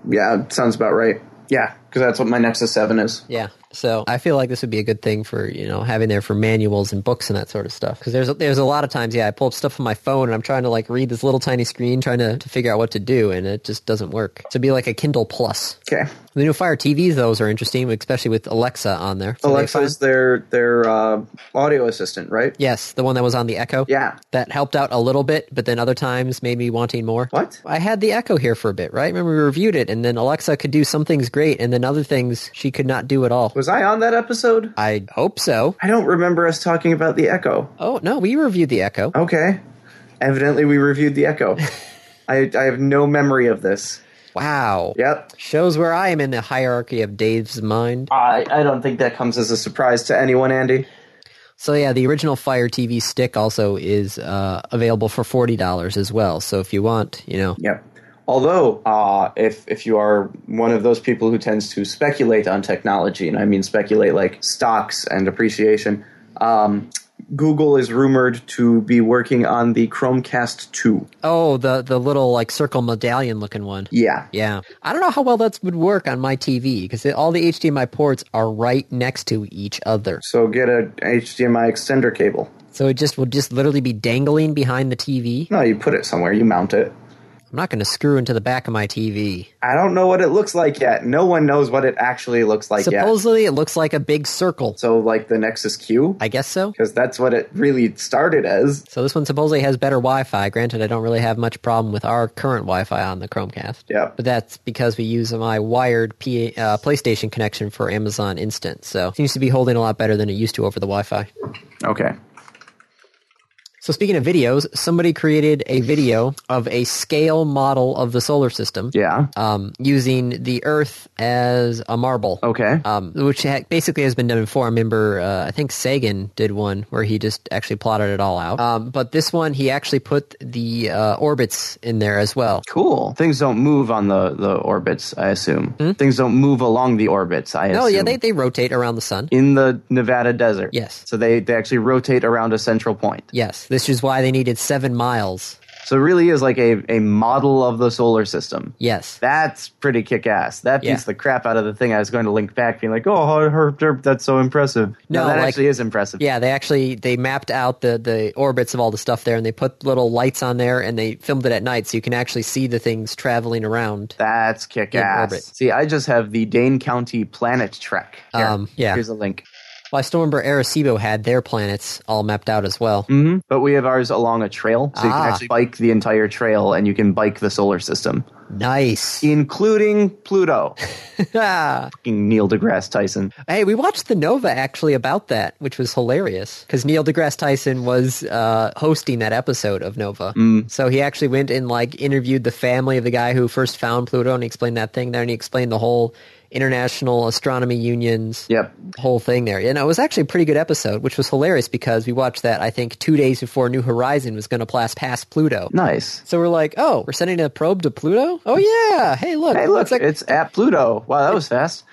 S2: Yeah, it sounds about right. Yeah, because that's what my Nexus Seven is.
S1: Yeah. So I feel like this would be a good thing for, you know, having there for manuals and books and that sort of stuff. Because there's, there's a lot of times, yeah, I pull up stuff on my phone and I'm trying to like read this little tiny screen, trying to, to figure out what to do, and it just doesn't work. So it'd be like a Kindle Plus.
S2: Okay.
S1: The new Fire TVs, those are interesting, especially with Alexa on there. So they find-
S2: Alexa's their their uh, audio assistant, right?
S1: Yes, the one that was on the Echo.
S2: Yeah.
S1: That helped out a little bit, but then other times made me wanting more.
S2: What?
S1: I had the Echo here for a bit, right? Remember we reviewed it, and then Alexa could do some things great, and then other things she could not do at all.
S2: Was I on that episode?
S1: I hope so.
S2: I don't remember us talking about the Echo.
S1: Oh, no, we reviewed the Echo.
S2: Okay. Evidently, we reviewed the Echo. I, I have no memory of this.
S1: Wow.
S2: Yep.
S1: Shows where I am in the hierarchy of Dave's mind.
S2: I, I don't think that comes as a surprise to anyone, Andy.
S1: So yeah, the original Fire TV stick also is uh, available for forty dollars as well. So if you want, you know,
S2: Yep. Although, uh, if if you are one of those people who tends to speculate on technology, and I mean speculate like stocks and appreciation, um, Google is rumored to be working on the Chromecast 2.
S1: oh the the little like circle medallion looking one.
S2: Yeah.
S1: Yeah, I don't know how well that would work on my TV because all the HDMI ports are right next to each other,
S2: So get a HDMI extender cable.
S1: so it just will just literally be dangling behind the TV.
S2: No, you put it somewhere. You mount it.
S1: I'm not going to screw into the back of my TV.
S2: I don't know what it looks like yet. No one knows what it actually looks like yet.
S1: Supposedly, it looks like a big circle.
S2: So, like the Nexus Q,
S1: I guess so.
S2: because that's what it really started as.
S1: So this one supposedly has better Wi-Fi. Granted, I don't really have much problem with our current Wi-Fi on the Chromecast.
S2: Yeah.
S1: But that's because we use my wired P- uh, PlayStation connection for Amazon Instant. So it seems to be holding a lot better than it used to over the Wi-Fi.
S2: Okay.
S1: So speaking of videos, somebody created a video of a scale model of the solar system.
S2: Yeah.
S1: Um, using the Earth as a marble.
S2: Okay.
S1: Um, which ha- basically has been done before. I remember, uh, I think Sagan did one where he just actually plotted it all out. Um, but this one, he actually put the uh, orbits in there as well.
S2: Cool. Things don't move on the, the orbits, I assume. Things don't move along the orbits, I assume.
S1: Oh Hmm? yeah, they, they rotate around the sun.
S2: in the Nevada desert.
S1: Yes.
S2: So they, they actually rotate around a central point.
S1: Yes, this is why they needed seven miles.
S2: So it really is like a, a model of the solar system.
S1: Yes,
S2: That's pretty kick ass. That beats
S1: Yeah.
S2: the crap out of the thing I was going to link back, being like, oh, her, her, derp, that's so impressive. No,
S1: No,
S2: that
S1: like-
S2: actually is impressive.
S1: yeah, they actually they mapped out the the orbits of all the stuff there, and they put little lights on there, and they filmed it at night, so you can actually see the things traveling around.
S2: That's kick
S1: orbit.
S2: ass. See, I just have the Dane County Planet Trek. Here,
S1: Um, yeah.
S2: Here's a link.
S1: Well, I still remember Arecibo had their planets all mapped out as well.
S2: hmm But we have ours along a trail, so you
S1: Ah.
S2: can actually bike the entire trail, and you can bike the solar system,
S1: Nice.
S2: including Pluto.
S1: Ah.
S2: Fucking Neil deGrasse Tyson.
S1: hey, we watched the Nova actually about that, which was hilarious because Neil deGrasse Tyson was uh, hosting that episode of Nova. So he actually went and like interviewed the family of the guy who first found Pluto and he explained that thing there and he explained the whole International Astronomy Union's
S2: Yep.
S1: whole thing there. You know, it was actually a pretty good episode, which was hilarious because we watched that I think two days before New Horizon was going to pass past Pluto.
S2: Nice.
S1: So we're like, oh, we're sending a probe to Pluto? Oh yeah! Hey, look!
S2: Hey, look,
S1: It's like,
S2: it's at Pluto. Wow, that was fast.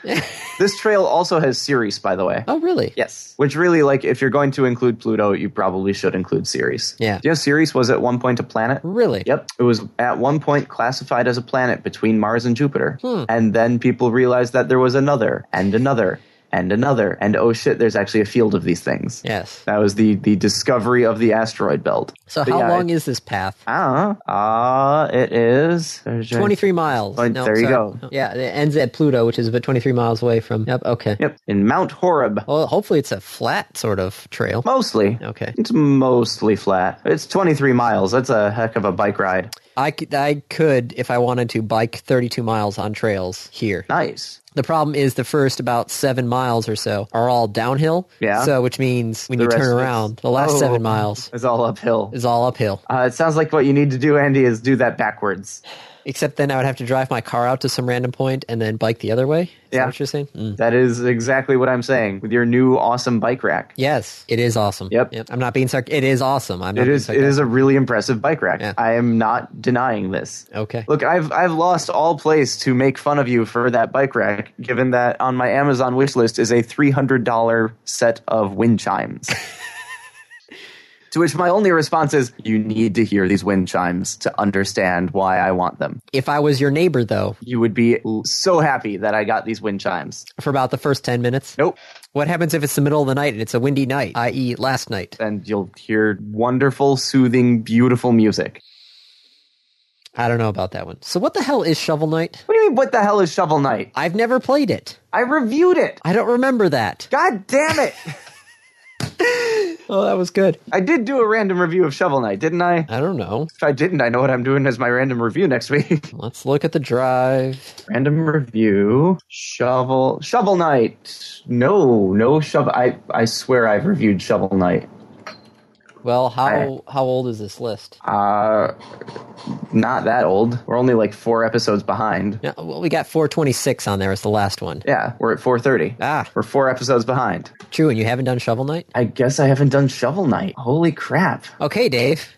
S2: this trail also has Ceres, by the way.
S1: oh really?
S2: Yes. Which really, like, if you're going to include Pluto, you probably should include Ceres.
S1: Yeah.
S2: Do you know Ceres was at one point a planet?
S1: Really?
S2: Yep. It was at one point classified as a planet between Mars and Jupiter.
S1: Hmm.
S2: And then people realized that there was another, and another, and another. And oh shit, there's actually a field of these things.
S1: Yes.
S2: That was the, the discovery of the asteroid belt.
S1: So
S2: But
S1: how
S2: yeah,
S1: long is this path?
S2: I don't know. Uh, it is.
S1: 23 miles.
S2: Oh, there you go.
S1: Yeah, it ends at Pluto, which is about 23 miles away from. Yep, okay.
S2: Yep. In Mount Horeb.
S1: Well, hopefully it's a flat sort of trail.
S2: Mostly.
S1: Okay.
S2: It's mostly flat. It's 23 miles. That's a heck of a bike ride.
S1: I could, I could, if I wanted to, bike 32 miles on trails here.
S2: Nice.
S1: The problem is the first about seven miles or so are all downhill.
S2: Yeah.
S1: So, which means when
S2: The
S1: you
S2: rest
S1: turn
S2: is-
S1: around, the last
S2: Oh.
S1: seven miles
S2: It's all uphill.
S1: is all uphill.
S2: Uh, it sounds like what you need to do, Andy, is do that backwards.
S1: Except then I would have to drive my car out to some random point and then bike the other way. Is that
S2: Yeah.
S1: what you're saying? Mm.
S2: That is exactly what I'm saying with your new awesome bike rack.
S1: Yes, it is awesome.
S2: Yep.
S1: I'm not being sarcastic. It is awesome. I'm not
S2: It
S1: being
S2: is. It
S1: sarcastic.
S2: is a really impressive bike rack.
S1: Yeah.
S2: I am not denying this.
S1: Okay.
S2: Look, I've I've lost all place to make fun of you for that bike rack, given that on my Amazon wish list is a three hundred dollar set of wind chimes. to which my only response is, you need to hear these wind chimes to understand why I want them.
S1: If I was your neighbor, though,
S2: You would be so happy that I got these wind chimes.
S1: for about the first 10 minutes,
S2: Nope.
S1: what happens if it's the middle of the night and it's a windy night, i.e., last night?
S2: And you'll hear wonderful, soothing, beautiful music.
S1: I don't know about that one. So, what the hell is Shovel Knight?
S2: What do you mean, what the hell is Shovel Knight?
S1: I've never played it.
S2: I reviewed it.
S1: I don't remember that.
S2: God damn it.
S1: Oh, that was good.
S2: I did do a random review of Shovel Knight, didn't I?
S1: I don't know.
S2: If I didn't, I know what I'm doing as my random review next week.
S1: Let's look at the drive.
S2: random review. Shovel Shovel Knight. No, no shovel I I swear I've reviewed Shovel Knight.
S1: Well,
S2: I-
S1: how how old is this list?
S2: Uh not that old. We're only like four episodes behind.
S1: Yeah, well, we got 426 on there as the last one.
S2: Yeah, we're at four thirty.
S1: Ah,
S2: We're four episodes behind.
S1: true. And you haven't done Shovel Knight?
S2: I guess I haven't done Shovel Knight. Holy crap.
S1: Okay, Dave.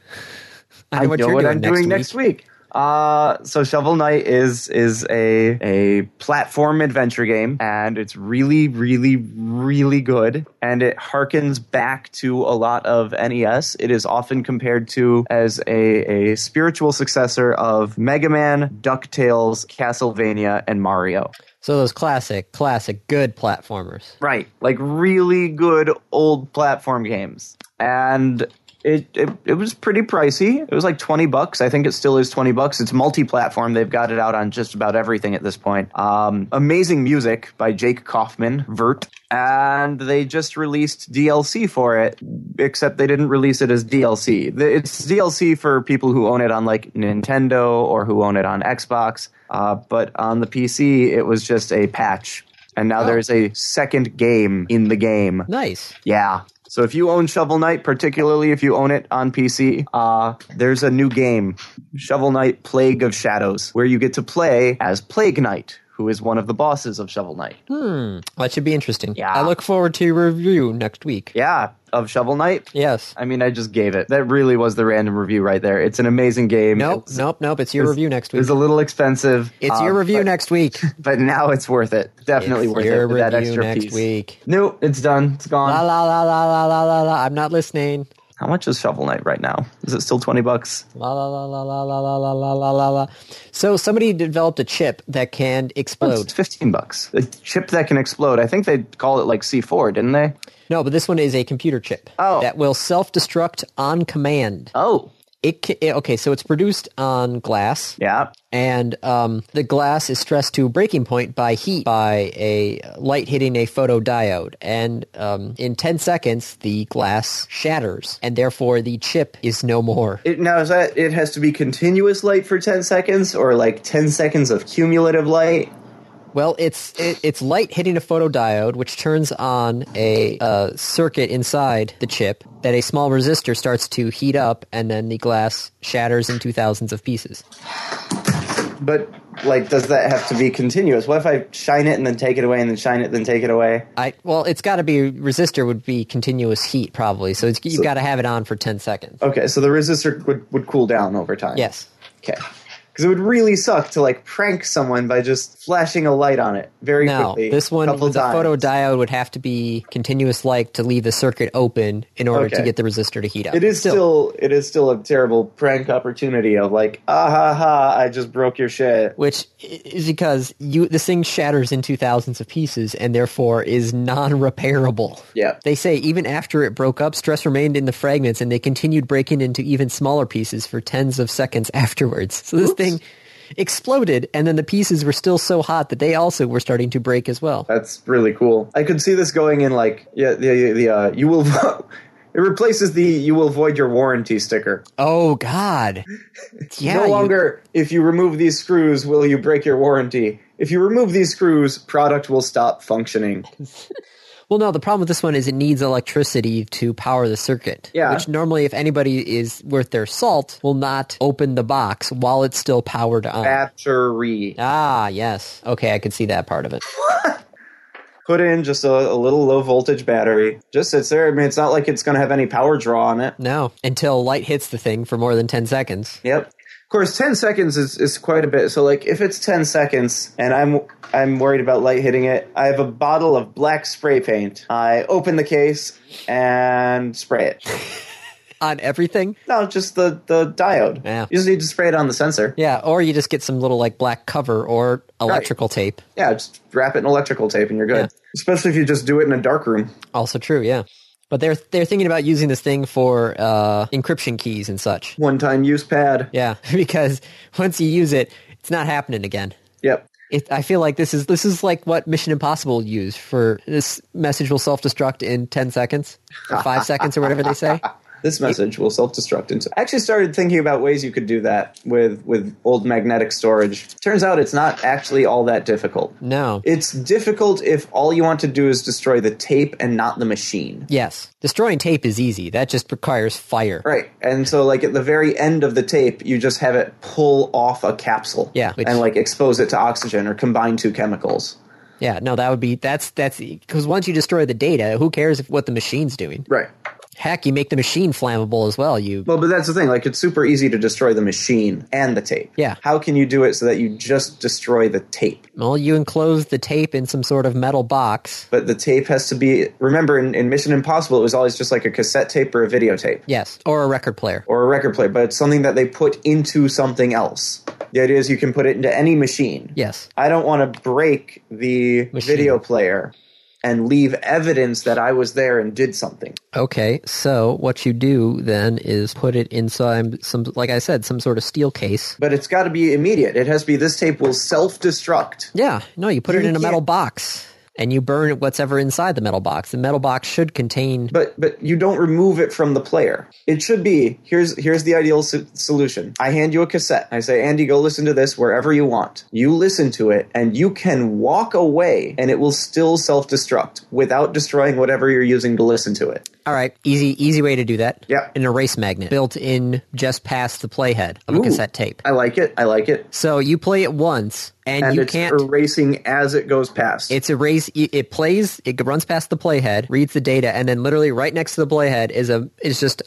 S1: I know
S2: I
S1: what
S2: know
S1: you're
S2: what
S1: doing
S2: I'm
S1: next
S2: doing
S1: week.
S2: next week. Uh, so Shovel Knight is is a a platform adventure game, and it's really, really, really good. And it harkens back to a lot of NES. It is often compared to as a a spiritual successor of Mega Man, Ducktales, Castlevania, and Mario.
S1: So those classic, classic, good platformers.
S2: Right. Like really good old platform games. And it, it it was pretty pricey. It was like 20 bucks. I think it still is 20 bucks. It's multi-platform. They've got it out on just about everything at this point. Um, amazing music by Jake Kaufman, Vert. And they just released DLC for it, except they didn't release it as DLC. The- It's DLC for people who own it on like Nintendo or who own it on Xbox. Uh, but on the PC, it was just a patch and now there's a second game in the game.
S1: Nice.
S2: Yeah. So if you own Shovel Knight, particularly if you own it on PC, uh, there's a new game, Shovel Knight Plague of Shadows, where you get to play as Plague Knight, who is one of the bosses of Shovel Knight.
S1: That should be interesting.
S2: Yeah.
S1: I look forward to your review next week.
S2: Yeah, of Shovel Knight.
S1: Yes.
S2: I mean, I just gave it. That really was the random review right there. It's an amazing game.
S1: Nope,
S2: It's-
S1: nope, nope. It's your review next
S2: It
S1: week.
S2: was a little expensive.
S1: It's
S2: um,
S1: your review
S2: but,
S1: next week.
S2: But now it's worth it. Definitely
S1: It's
S2: worth
S1: your
S2: it. for that
S1: review
S2: extra
S1: next
S2: piece.
S1: week.
S2: Nope, it's done. It's gone.
S1: La la la la la la la la. I'm not listening.
S2: How much is Shovel Knight right now? Is it still 20 bucks?
S1: La la la la la la la la la la la la. So somebody developed a chip that can
S2: It's
S1: explode.
S2: 15 bucks. A chip that can explode. I think they called it like C4, didn't they?
S1: No, but this one is a computer chip
S2: Oh.
S1: that will self-destruct on command.
S2: Oh,
S1: It, ca- it okay, so it's produced on glass.
S2: yeah.
S1: and um, the glass is stressed to breaking point by heat by a light hitting a photodiode and um, in 10 seconds the glass shatters and therefore the chip is no more
S2: It, now, is that it has to be continuous light for 10 seconds or like 10 seconds of cumulative light?
S1: well it's it, it's light hitting a photodiode which turns on a uh, circuit inside the chip that a small resistor starts to heat up and then the glass shatters into thousands of pieces
S2: But like, does that have to be continuous? What if I shine it and then take it away and then shine it, then take it away?
S1: I, well, it's got to be resistor would be continuous heat probably, so it's, you've got to have it on for ten seconds.
S2: Okay, so the resistor would, would cool down over time.
S1: Yes,
S2: Okay. Because it would really suck to like prank someone by just flashing a light on it very
S1: No,
S2: quickly.
S1: this one,
S2: couple
S1: the
S2: times.
S1: photodiode would have to be continuous light to leave the circuit open in order to
S2: Okay.
S1: get the resistor to heat up.
S2: It is still, it is still a terrible prank opportunity of like, ah ha ha, I just broke your shit.
S1: which i- is because you this thing shatters into thousands of pieces and therefore is non-repairable.
S2: Yeah.
S1: They say even after it broke up, stress remained in the fragments and they continued breaking into even smaller pieces for tens of seconds afterwards. So this thing exploded and then the pieces were still so hot that they also were starting to break as well.
S2: That's really cool. I could see this going in like, yeah, the the uh, you will. It replaces the "you will void your warranty" sticker.
S1: Oh god. Yeah.
S2: no
S1: you-
S2: longer, if you remove these screws, will you break your warranty? If you remove these screws, product will stop functioning.
S1: Well, no, the problem with this one is it needs electricity to power the circuit.
S2: Yeah.
S1: Which normally, if anybody is worth their salt, will not open the box while it's still powered on.
S2: Battery.
S1: Ah, yes. Okay, I could see that part of it.
S2: Put in just a, a little low voltage battery. Just sits there. I mean, it's not like it's going to have any power draw on it.
S1: No, until light hits the thing for more than 10 seconds.
S2: Yep. Of course, ten seconds is, is quite a bit. So, like, if it's ten seconds, and I'm I'm worried about light hitting it, I have a bottle of black spray paint. I open the case and spray it.
S1: On everything?
S2: No, just the the diode.
S1: Yeah.
S2: You just need to spray it on the sensor.
S1: Yeah, or you just get some little, like, black cover or electrical tape.
S2: Yeah, just wrap it in electrical tape and you're good. Especially if you just do it in a dark room.
S1: Also true, yeah. But they're, they're thinking about using this thing for uh, encryption keys and such.
S2: One time use pad.
S1: Yeah, because once you use it, it's not happening again.
S2: Yep.
S1: it, I feel like this is this is like what Mission Impossible used for this message will self destruct in ten seconds or five seconds or whatever they say.
S2: This message will self-destruct. Into- I actually started thinking about ways you could do that with with old magnetic storage. Turns out it's not actually all that difficult.
S1: No.
S2: It's difficult if all you want to do is destroy the tape and not the machine.
S1: yes. Destroying tape is easy. That just requires fire.
S2: Right. And so like at the very end of the tape, you just have it pull off a capsule.
S1: Yeah, which-
S2: And like expose it to oxygen or combine two chemicals.
S1: Yeah. No, that would be that's that's because once you destroy the data, who cares if, what the machine's doing?
S2: Right.
S1: Heck, you make the machine flammable as well. You
S2: Well, but that's the thing. Like, it's super easy to destroy the machine and the tape.
S1: Yeah.
S2: How can you do it so that you just destroy the tape?
S1: well, you enclose the tape in some sort of metal box.
S2: But the tape has to be. Remember, in, in Mission Impossible, it was always just like a cassette tape or a videotape
S1: Yes, or a record player.
S2: or a record player, but it's something that they put into something else. The idea is you can put it into any machine.
S1: Yes.
S2: I don't want to break the
S1: Machine.
S2: video player and leave evidence that I was there and did something.
S1: Okay, so what you do then is put it inside some, like I said, some sort of steel case.
S2: But it's got to be immediate. It has to be this tape will self destruct.
S1: Yeah, no, you put it
S2: You
S1: in a metal
S2: can't-
S1: box and you burn whatever inside the metal box. The metal box should contain.
S2: but but you don't remove it from the player. It should be here's here's the ideal so- solution. I hand you a cassette. I say, Andy, go listen to this wherever you want. You listen to it, and you can walk away, and it will still self destruct without destroying whatever you're using to listen to it.
S1: All right, easy easy way to do that.
S2: Yeah.
S1: An erase magnet built in just past the playhead of a
S2: Ooh,
S1: cassette tape.
S2: I like it. I like it.
S1: So you play it once, and,
S2: And
S1: you
S2: it's er-
S1: can't.
S2: erasing as it goes past.
S1: it's erase. It it plays. It runs past the playhead, reads the data, and then literally right next to the playhead is a is just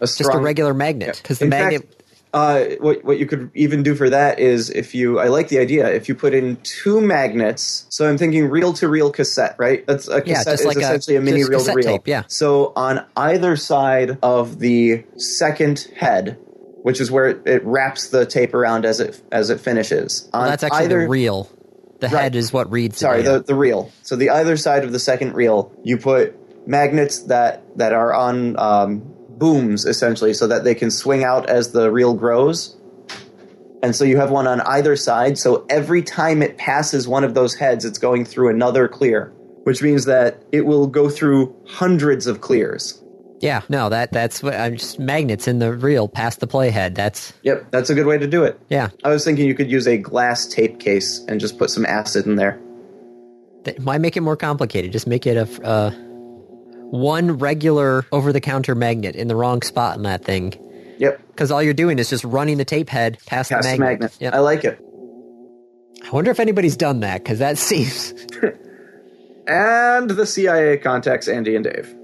S1: just a
S2: strong-
S1: regular magnet because the
S2: In
S1: magnet.
S2: fact, uh, what what you could even do for that is if you I like the idea if you put in two magnets. So I'm thinking reel to reel cassette, right? That's a cassette
S1: just
S2: is
S1: like a-
S2: essentially a, mini
S1: just
S2: reel to
S1: cassette
S2: reel.
S1: tape, yeah.
S2: So on either side of the second head, which is where it, it wraps the tape around as it as it finishes. On
S1: well, that's actually
S2: either,
S1: the reel. The head is what reads.
S2: sorry
S1: the, data.
S2: the, the reel so the other side of the second reel you put magnets that that are on um, booms essentially so that they can swing out as the reel grows and so you have one on either side so every time it passes one of those heads it's going through another clear which means that it will go through hundreds of clears
S1: yeah. No, that that's what I'm just magnets in the reel past the playhead. That's
S2: yep that's a good way to do it
S1: yeah.
S2: i was thinking you could use a glass tape case and just put some acid in there
S1: That, why make it more complicated? Just make it a f- uh, one regular over-the-counter magnet in the wrong spot in that thing.
S2: yep
S1: Because all you're doing is just running the tape head past,
S2: cast
S1: the
S2: a
S1: magnet.
S2: magnet
S1: Yep.
S2: i like it
S1: I wonder if anybody's done that because that seems
S2: and the cia contacts andy and dave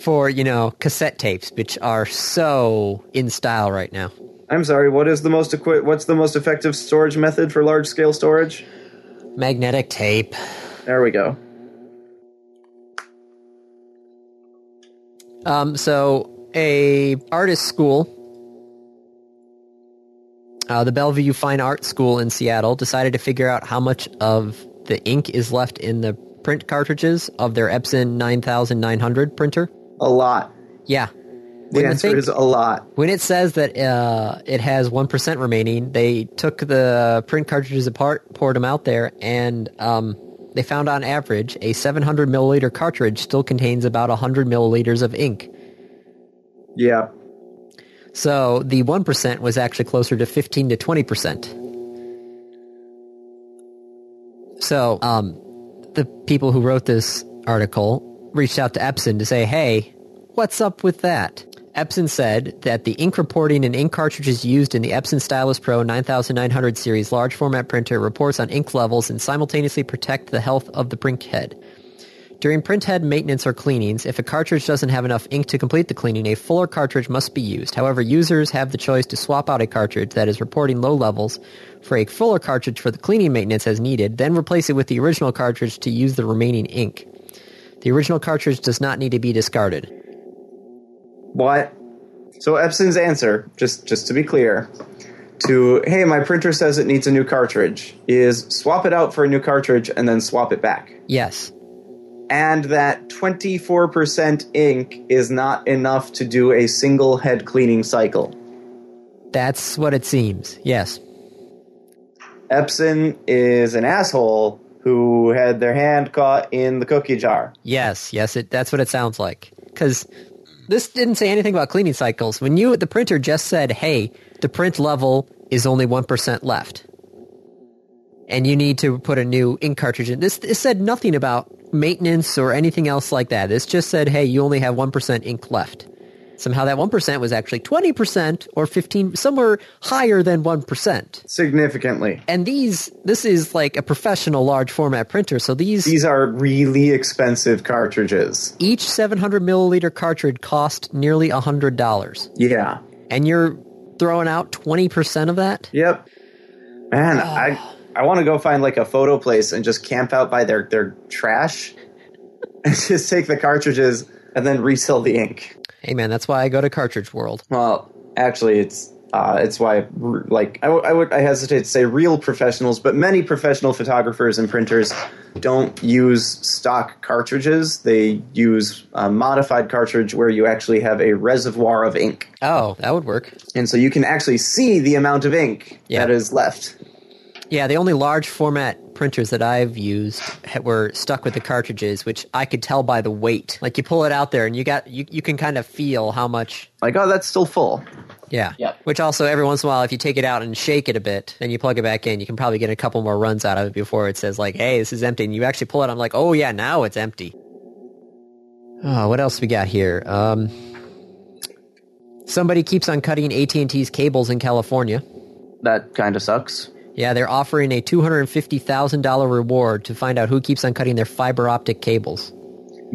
S1: for you know cassette tapes, which are so in style right now.
S2: I'm sorry. What is the most equi- What's the most effective storage method for large scale storage?
S1: Magnetic tape.
S2: There we go.
S1: Um, so a artist school, uh, the Bellevue Fine Art School in Seattle, decided to figure out how much of the ink is left in the print cartridges of their Epson 9900 printer.
S2: A lot.
S1: Yeah.
S2: The
S1: When the
S2: answer
S1: thing-
S2: is a lot.
S1: When it says that uh, it has 1% remaining, they took the print cartridges apart, poured them out there, and um, they found on average a 700 milliliter cartridge still contains about 100 milliliters of ink.
S2: Yeah.
S1: So the 1% was actually closer to 15 to 20%. So um, the people who wrote this article reached out to Epson to say, hey, what's up with that? Epson said that the ink reporting and ink cartridges used in the Epson Stylus Pro 9900 series large format printer reports on ink levels and simultaneously protect the health of the print head. During print head maintenance or cleanings, if a cartridge doesn't have enough ink to complete the cleaning, a fuller cartridge must be used. However, users have the choice to swap out a cartridge that is reporting low levels for a fuller cartridge for the cleaning maintenance as needed, then replace it with the original cartridge to use the remaining ink. The original cartridge does not need to be discarded.
S2: What? So Epson's answer, just just to be clear, to hey, my printer says it needs a new cartridge, is swap it out for a new cartridge and then swap it back.
S1: Yes.
S2: And that 24% ink is not enough to do a single head cleaning cycle.
S1: That's what it seems. Yes.
S2: Epson is an asshole who had their hand caught in the cookie jar.
S1: Yes, yes, it, that's what it sounds like. Because this didn't say anything about cleaning cycles. When you, the printer just said, hey, the print level is only 1% left. And you need to put a new ink cartridge in. This, this said nothing about maintenance or anything else like that. This just said, hey, you only have 1% ink left. Somehow that 1% was actually 20% or 15, somewhere higher than 1%.
S2: Significantly.
S1: And these, this is like a professional large format printer. So these,
S2: These are really expensive cartridges.
S1: each 700 milliliter cartridge cost nearly $100
S2: Yeah.
S1: and you're throwing out 20% of that
S2: Yep. Man, I I want to go find like a photo place and just camp out by their their trash and just take the cartridges and then resell the ink.
S1: hey man that's why i go to cartridge world
S2: Well, actually it's uh, it's why, r- like, I, w- I would I hesitate to say real professionals, but many professional photographers and printers don't use stock cartridges. They use a modified cartridge where you actually have a reservoir of ink.
S1: oh that would work
S2: and so you can actually see the amount of ink
S1: Yeah.
S2: that is left.
S1: yeah the only large format printers that i've used ha- were stuck with the cartridges which i could tell by the weight like you pull it out there and you got you, you can kind of feel how much
S2: Like, oh, that's still full.
S1: yeah
S2: Yep.
S1: which also every once in a while if you take it out and shake it a bit and you plug it back in you can probably get a couple more runs out of it before it says like hey this is empty and you actually pull it i'm like oh yeah now it's empty Oh, what else we got here? Um, somebody keeps on cutting AT&T's cables in California.
S2: That kind of sucks.
S1: Yeah, they're offering a $250,000 reward to find out who keeps on cutting their fiber optic cables.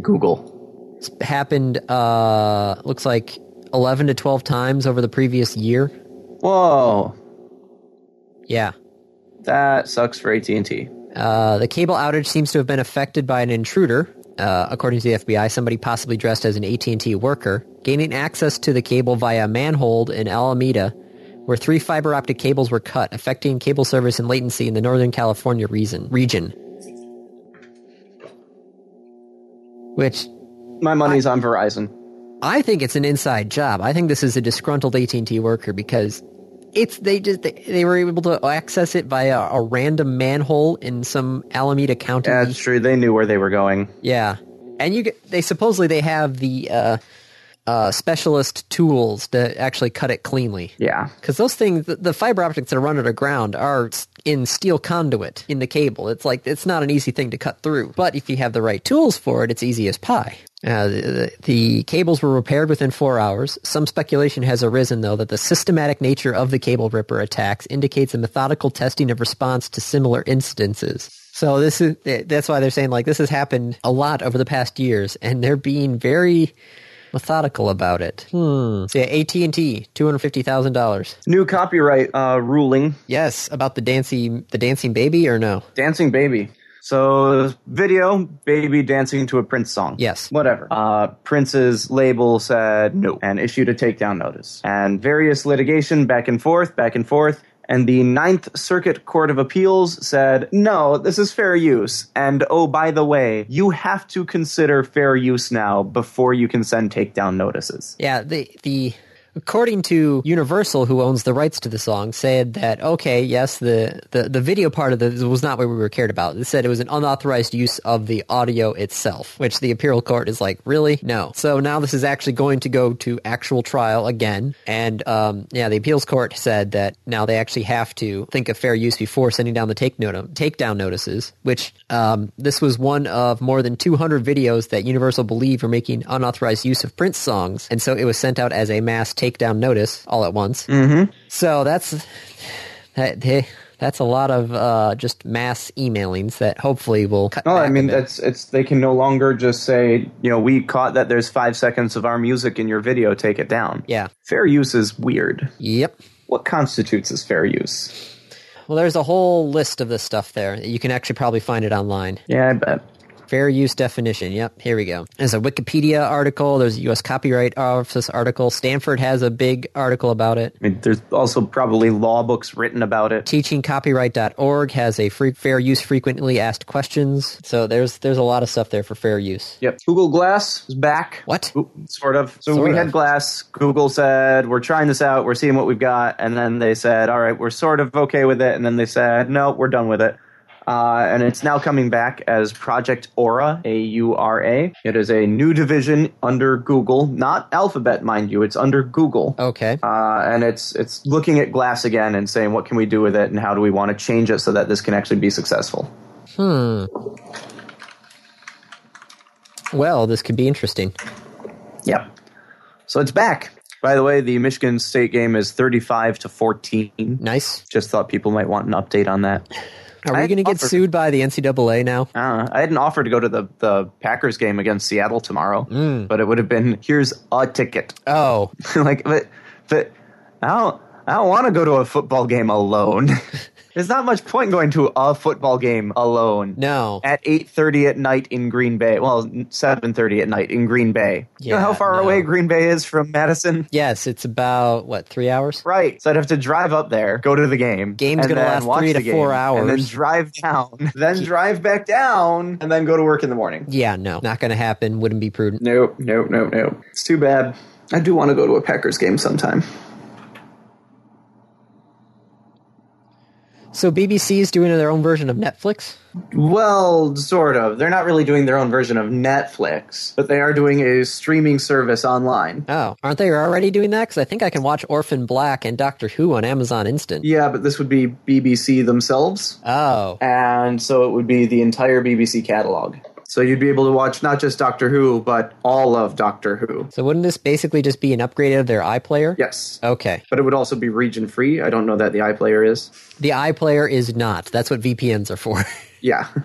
S2: Google.
S1: It's happened, uh, looks like 11 to 12 times over the previous year.
S2: Whoa,
S1: Yeah.
S2: that sucks for AT and T.
S1: Uh, the cable outage seems to have been affected by an intruder, uh, according to the FBI. Somebody possibly dressed as an AT&T worker gaining access to the cable via a manhole in Alameda, where three fiber optic cables were cut, affecting cable service and latency in the Northern California reason, region. Which
S2: My money's on Verizon.
S1: I think it's an inside job. I think this is a disgruntled AT&T worker because it's they just they, they were able to access it via a random manhole in some Alameda County.
S2: Yeah, it's true. They knew where they were going.
S1: Yeah. and you get, they supposedly they have the uh, uh, specialist tools to actually cut it cleanly.
S2: Yeah.
S1: Because those things, the- the fiber optics that run underground are s- in steel conduit in the cable. It's like, it's not an easy thing to cut through. But if you have the right tools for it, it's easy as pie. Uh, the, the, the cables were repaired within four hours. Some speculation has arisen, though, that the systematic nature of the cable ripper attacks indicates a methodical testing of response to similar instances. So this is th- that's why they're saying like this has happened a lot over the past years, and they're being very methodical about it. Hmm. So yeah, AT and T, two hundred fifty thousand dollars.
S2: New copyright uh, ruling.
S1: Yes, about the dancing the dancing baby or no?
S2: Dancing Baby. So, video, baby dancing to a Prince song.
S1: Yes.
S2: Whatever. Uh, Prince's label said no and issued a takedown notice. And various litigation back and forth, back and forth. And the Ninth Circuit Court of Appeals said, no, this is fair use. And oh, by the way, you have to consider fair use now before you can send takedown notices.
S1: Yeah, the the according to Universal, who owns the rights to the song, said that okay, yes, the the, the video part of the was not what we were cared about. It said it was an unauthorized use of the audio itself, which the appeal court is like, really? No. So now this is actually going to go to actual trial again, and um, yeah, the appeals court said that now they actually have to think of fair use before sending down the take note takedown notices, which um, this was one of more than 200 videos that Universal believed were making unauthorized use of Prince songs, and so it was sent out as a mass takedown notice all at once. Mm-hmm. So that's that, eh, that's a lot of uh, just mass emailings that hopefully will cut.
S2: No,
S1: back
S2: Oh, I
S1: a
S2: mean
S1: bit.
S2: that's it's. They can no longer just say, you know, we caught that there's five seconds of our music in your video. Take it down.
S1: yeah,
S2: Fair use is weird.
S1: yep.
S2: What constitutes as fair use?
S1: Well, there's a whole list of this stuff there. You can actually probably find it online.
S2: Yeah, I bet.
S1: Fair use definition. Yep, here we go. There's a Wikipedia article. There's a U.S. Copyright Office article. Stanford has a big article about it.
S2: I mean, there's also probably law books written about it.
S1: Teachingcopyright.org has a free fair use frequently asked questions. So there's there's a lot of stuff there for fair use.
S2: Yep. Google Glass is back.
S1: What?
S2: Oop, Sort of. So
S1: Sort
S2: we
S1: of.
S2: had Glass. Google said, we're trying this out. We're seeing what we've got. And then they said, all right, we're sort of okay with it. And then they said, no, we're done with it. Uh, and it's now coming back as Project Aura, A U R A. It is a new division under Google, not Alphabet, mind you. It's under Google.
S1: Okay.
S2: uh, and it's it's looking at glass again and saying what can we do with it and how do we want to change it so that this can actually be successful
S1: Well, this could be interesting.
S2: yep so it's back by the way the michigan state game is 35 to 14
S1: Nice.
S2: just thought people might want an update on that
S1: Are
S2: I
S1: we
S2: had
S1: going to get
S2: offered-
S1: sued by the NCAA now?
S2: uh, i had an offer to go to the, the packers game against seattle tomorrow
S1: Mm.
S2: but it would have been here's a ticket
S1: Oh,
S2: like but, but i don't i don't want to go to a football game alone there's not much point going to a football game alone
S1: no.
S2: at 8.30 at night in green bay well 7.30 at night in green bay you know
S1: Yeah,
S2: how far
S1: no.
S2: away green bay is from madison
S1: Yes, it's about what, 3 hours?
S2: right so i'd have to drive up there go to the game
S1: Game's
S2: and
S1: gonna
S2: then
S1: last
S2: watch
S1: three
S2: the
S1: to four
S2: game, and then
S1: hours.
S2: drive down then drive back down and then go to work in the morning
S1: Yeah, no. Not going to happen. Wouldn't be prudent.
S2: nope nope nope nope it's too bad i do want to go to a packers game sometime
S1: So BBC is doing their own version of Netflix?
S2: Well, sort of. They're not really doing their own version of Netflix, but they are doing a streaming service online.
S1: Oh, aren't they already doing that? Because I think I can watch Orphan Black and Doctor Who on Amazon Instant.
S2: Yeah, but this would be BBC themselves.
S1: Oh,
S2: and so it would be the entire BBC catalog. So you'd be able to watch not just Doctor Who, but all of Doctor Who.
S1: So wouldn't this basically just be an upgrade of their iPlayer?
S2: Yes.
S1: Okay.
S2: But it would also be region free. I don't know that the iPlayer is.
S1: The iPlayer is not. That's what VPNs are for.
S2: Yeah.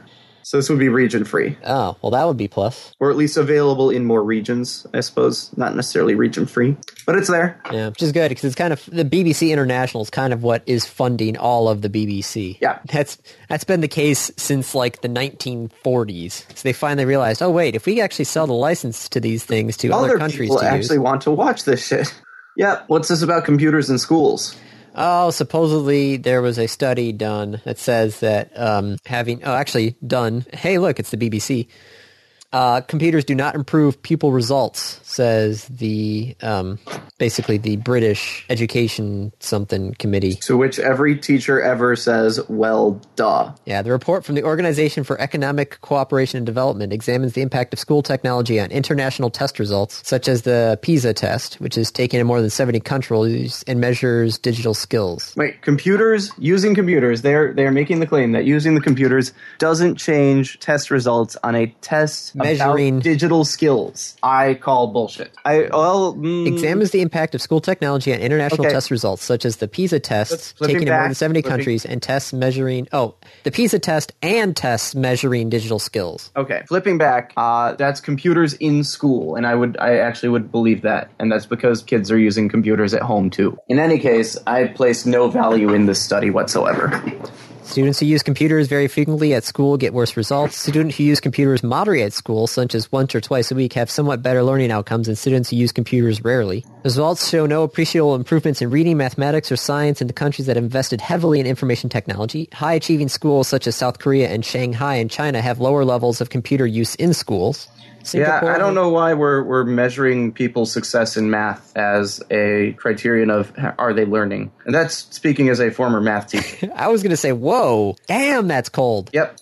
S2: So this would be region free,
S1: oh, well, that would be plus.
S2: or at least available in more regions, I suppose. Not necessarily region free, but it's there.
S1: Yeah, which is good because it's kind of the BBC International is kind of what is funding all of the BBC.
S2: Yeah.
S1: that's that's been the case since like the 1940s. So they finally realized, oh wait, if we actually sell the license to these things to other,
S2: Other
S1: countries
S2: people
S1: to
S2: actually
S1: use,
S2: want to watch this shit. Yeah, what's this about computers in schools?
S1: oh, supposedly there was a study done that says that um, having oh actually done. Hey, look, it's the BBC. Uh, computers do not improve pupil results, says the um, basically the British Education something committee.
S2: To which every teacher ever says, well, duh.
S1: Yeah, the report from the Organization for Economic Cooperation and Development examines the impact of school technology on international test results, such as the PISA test, which is taken in more than 70 countries and measures digital skills.
S2: Wait, computers using computers, they're they're making the claim that using the computers doesn't change test results on a test about
S1: Measuring-
S2: digital skills. I call bullshit. I well mm,
S1: Examines the impact of school technology on international
S2: Okay.
S1: test results, such as the PISA tests
S2: flipping
S1: taken in more
S2: back,
S1: than 70
S2: flipping-
S1: countries and tests measuring, oh, the PISA test and tests measuring digital skills.
S2: Okay, flipping back, uh, that's computers in school, and I would, I actually would believe that, and that's because kids are using computers at home too. In any case, I place no value in this study whatsoever.
S1: Students who use computers very frequently at school get worse results. Students who use computers moderately at school, such as once or twice a week, have somewhat better learning outcomes than students who use computers rarely. Results show no appreciable improvements in reading, mathematics, or science in the countries that invested heavily in information technology. High achieving schools such as South Korea and Shanghai and China have lower levels of computer use in schools.
S2: Yeah,
S1: Singapore-
S2: I don't know why we're we're measuring people's success in math as a criterion of h- are they learning, and that's speaking as a former math teacher.
S1: I was going to say, whoa, damn, that's cold.
S2: yep.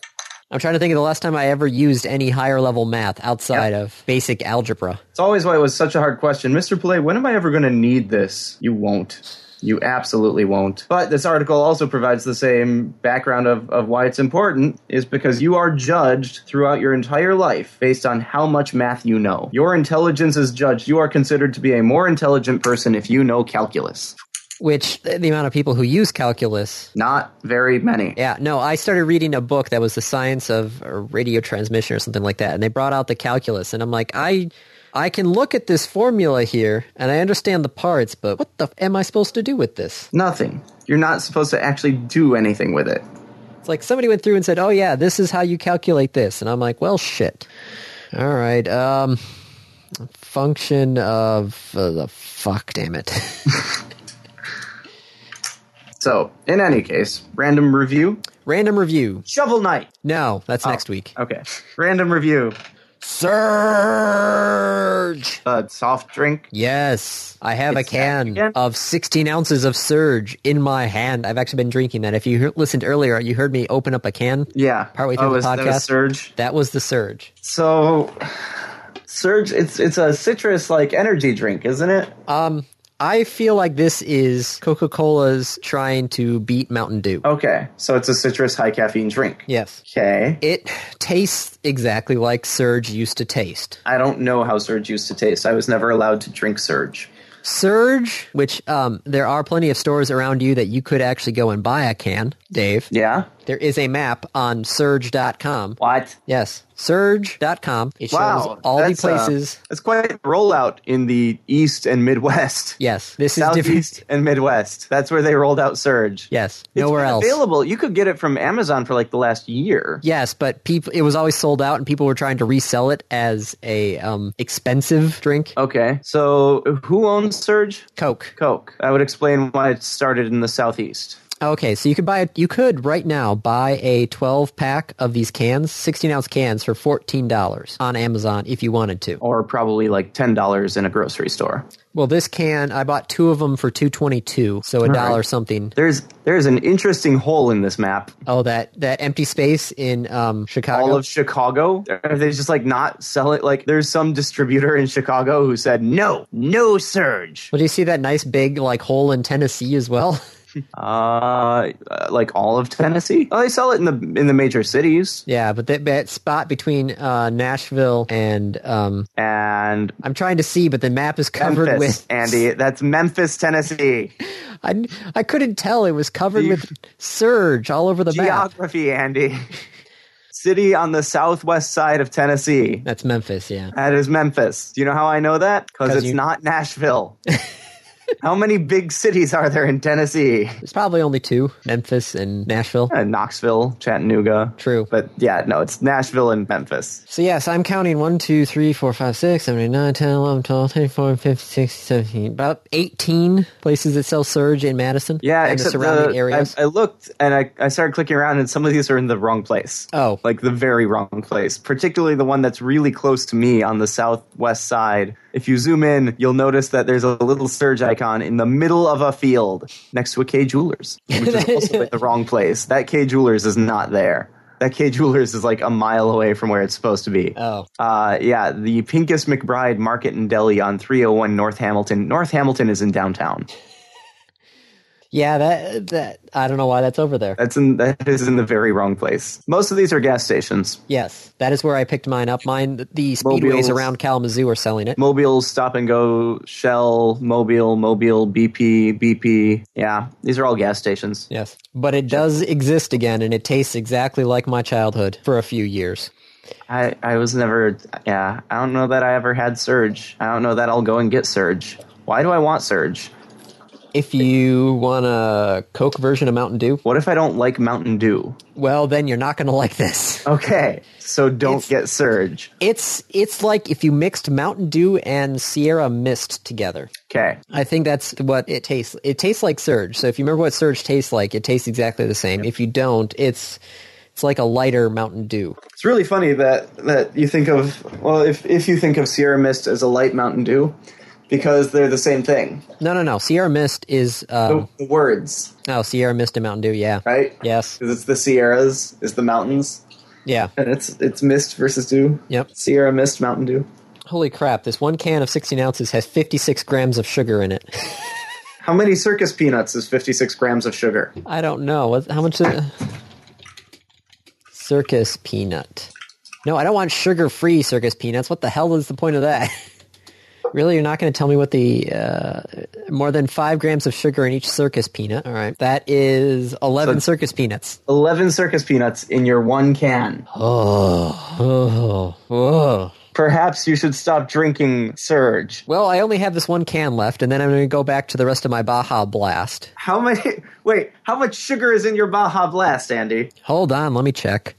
S1: I'm trying to think of the last time I ever used any higher level math outside of basic algebra.
S2: It's always why it was such a hard question. Mr. Pillay, when am I ever going to need this? You won't. You absolutely won't. But this article also provides the same background of, of why it's important is because you are judged throughout your entire life based on how much math you know. Your intelligence is judged. You are considered to be a more intelligent person if you know calculus.
S1: which the the amount of people who use calculus
S2: Not very many.
S1: yeah no i started reading a book that was the science of uh, radio transmission or something like that and they brought out the calculus and i'm like i i can look at this formula here and i understand the parts but what the f- am i supposed to do with this
S2: Nothing. You're not supposed to actually do anything with it.
S1: it's like somebody went through and said oh yeah this is how you calculate this and i'm like well shit all right um function of uh, the fuck damn it
S2: So, in any case, random review.
S1: random review
S2: Shovel Knight.
S1: no that's next week
S2: Okay. Random review.
S1: surge
S2: Uh, soft drink.
S1: Yes, I have
S2: It's
S1: a
S2: that
S1: can
S2: again?
S1: of 16 ounces of Surge in my hand. I've actually been drinking that. If you he- listened earlier, you heard me open up a can.
S2: Yeah.
S1: Partway through
S2: Oh,
S1: the
S2: is that a
S1: podcast.
S2: Surge.
S1: That was the Surge.
S2: So, Surge, it's it's a citrus like energy drink, isn't it?
S1: Um, I feel like this is Coca Cola's trying to beat Mountain Dew.
S2: Okay. So, it's a citrus high caffeine drink.
S1: Yes.
S2: Okay.
S1: It tastes exactly like Surge used to taste.
S2: I don't know how Surge used to taste. I was never allowed to drink Surge.
S1: Surge, which um, there are plenty of stores around you that you could actually go and buy a can, Dave.
S2: Yeah?
S1: There is a map on surge.com
S2: What?
S1: Yes, surge.com. It shows
S2: Wow.
S1: all the
S2: that's, uh,
S1: places.
S2: that's quite a rollout in the East and Midwest.
S1: yes, this is different.
S2: Southeast and Midwest. That's where they rolled out Surge.
S1: Yes,
S2: It's
S1: nowhere
S2: been
S1: else.
S2: Available. You could get it from Amazon for like the last year.
S1: Yes, but people, it was always sold out, and people were trying to resell it as a um, expensive drink.
S2: Okay. So who owns Surge?
S1: Coke.
S2: Coke. I would explain why it started in the Southeast.
S1: Okay, so you could buy it. You could right now buy a twelve pack of these cans, sixteen ounce cans, for fourteen dollars on Amazon if you wanted to.
S2: Or probably like ten dollars in a grocery store.
S1: Well, this can I bought two of them for two twenty two, so a dollar something.
S2: There's there's an interesting hole in this map.
S1: Oh, that that empty space in um, Chicago.
S2: All of Chicago. Are they just like not sell it? Like there's some distributor in Chicago who said no, no surge.
S1: Well, do you see that nice big like hole in Tennessee as well?
S2: uh, like all of Tennessee. Oh, they sell it in the in the major cities.
S1: Yeah, but that, that spot between uh, Nashville and um,
S2: And
S1: I'm trying to see, but the map is covered
S2: Memphis,
S1: with.
S2: Andy. That's Memphis, Tennessee.
S1: I, I couldn't tell. It was covered
S2: Gee.
S1: with surge all over the map.
S2: Geography, Andy. City on the southwest side of Tennessee.
S1: That's Memphis. Yeah.
S2: That is Memphis. Do you know how I know that?
S1: 'Cause
S2: Because it's
S1: you-
S2: not Nashville. how many big cities are there in Tennessee?
S1: There's probably only two: Memphis and Nashville.
S2: Uh, Knoxville, Chattanooga.
S1: True.
S2: But yeah, no, it's Nashville and Memphis.
S1: So yes, I'm counting 1, 2, 3, 4, 5, 6, 7, 8, 9, 10, 11, 12, 13, 14, 15, 16, 17. About 18 places that sell Surge in Madison.
S2: Yeah,
S1: and the
S2: except
S1: surrounding
S2: the-
S1: areas.
S2: I, I looked and I, I started clicking around, and some of these are in the wrong place.
S1: oh,
S2: Like the very wrong place, particularly the one that's really close to me on the southwest side. If you zoom in, you'll notice that there's a little surge icon in the middle of a field next to a K Jewelers, which is also in the wrong place. That K Jewelers is not there. That K Jewelers is like a mile away from where it's supposed to be.
S1: oh,
S2: Uh, yeah, the Pincus McBride Market and Deli on 301 North Hamilton. North Hamilton is in downtown.
S1: yeah. That that I don't know why that's over there.
S2: That's in that is in the very wrong place. Most of these are gas stations.
S1: Yes, that is where I picked mine up. Mine, the- the speedways
S2: Mobiles.
S1: around Kalamazoo are selling it.
S2: Mobile, stop and go, Shell, Mobile, Mobile, BP, BP. Yeah, these are all gas stations.
S1: Yes, but it does exist again, and it tastes exactly like my childhood for a few years.
S2: I, I was never, yeah, I don't know that I ever had Surge. I don't know that I'll go and get Surge. Why do I want Surge?
S1: If you want a Coke version of Mountain Dew,
S2: What if I don't like Mountain Dew?
S1: well, then you're not going to like this.
S2: Okay, so don't
S1: It's-
S2: get Surge.
S1: It's it's like if you mixed Mountain Dew and Sierra Mist together.
S2: Okay,
S1: I think that's what it tastes. It tastes like Surge. So if you remember what Surge tastes like, it tastes exactly the same. If you don't, it's it's like a lighter Mountain Dew.
S2: It's really funny that that you think of well, if if you think of Sierra Mist as a light Mountain Dew, because they're the same thing.
S1: No, no, no. Sierra Mist is um,
S2: The, the words,
S1: oh Sierra Mist and Mountain Dew. Yeah,
S2: right?
S1: Yes.
S2: because it's the Sierras, it's the mountains,
S1: Yeah.
S2: and it's it's mist versus dew.
S1: Yep.
S2: Sierra mist, Mountain Dew.
S1: Holy crap! This one can of 16 ounces has 56 grams of sugar in it.
S2: How many circus peanuts is fifty six grams of sugar?
S1: I don't know What- how much. uh, circus peanut. No, I don't want sugar-free circus peanuts. What the hell is the point of that? really, you're not going to tell me what the uh, more than five grams of sugar in each circus peanut? All right, that is 11 circus peanuts.
S2: Eleven circus peanuts in your one can.
S1: Oh, oh, oh.
S2: Perhaps you should stop drinking Surge.
S1: Well, I only have this one can left, and then I'm going to go back to the rest of my Baja Blast.
S2: How many? Wait, how much sugar is in your Baja Blast, Andy?
S1: Hold on, let me check.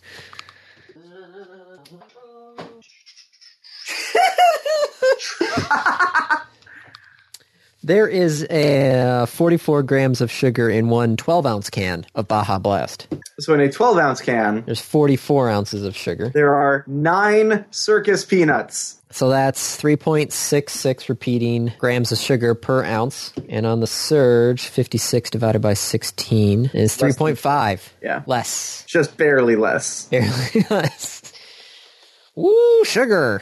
S1: there is a 44 grams of sugar in one 12 ounce can of Baja Blast.
S2: So in a twelve ounce can,
S1: There's 44 ounces of sugar.
S2: There are nine circus peanuts.
S1: So that's 3.66 repeating grams of sugar per ounce. And on the surge, 56 divided by 16 is 3.5.
S2: Yeah.
S1: Less.
S2: Just barely less.
S1: Barely less. Woo, sugar.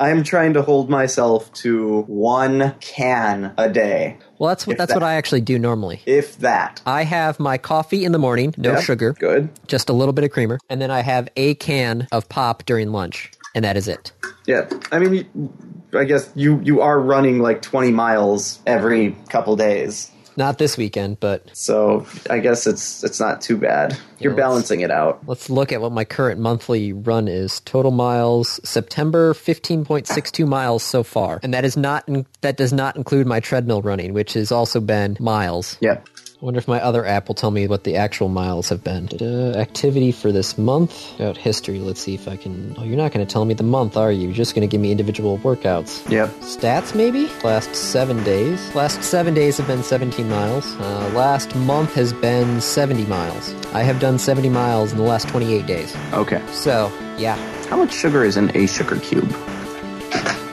S2: I'm trying to hold myself to one can a day,
S1: Well, that's what that's what I actually do normally.
S2: if that.
S1: I have my coffee in the morning, no
S2: Yep,
S1: sugar,
S2: Good.
S1: just a little bit of creamer, and then I have a can of pop during lunch, and that is it.
S2: Yeah. I mean, you- I guess you you are running like 20 miles every couple days,
S1: Not this weekend, but
S2: so I guess it's it's not too bad. You're
S1: let's-
S2: balancing it out.
S1: let's look at what my current monthly run is. Total miles September 15.62 miles so far, and that is not in, that does not include my treadmill running, which has also been miles.
S2: Yeah.
S1: I wonder if my other app will tell me what the actual miles have been. Da-da, activity for this month. Out history. Let's see if I can. Oh, you're not going to tell me the month, are you? You're just going to give me individual workouts.
S2: Yep.
S1: Stats, maybe? Last seven days. Last seven days have been 17 miles. Uh, last month has been 70 miles. I have done 70 miles in the last 28 days.
S2: Okay.
S1: So, yeah,
S2: How much sugar is in a sugar cube?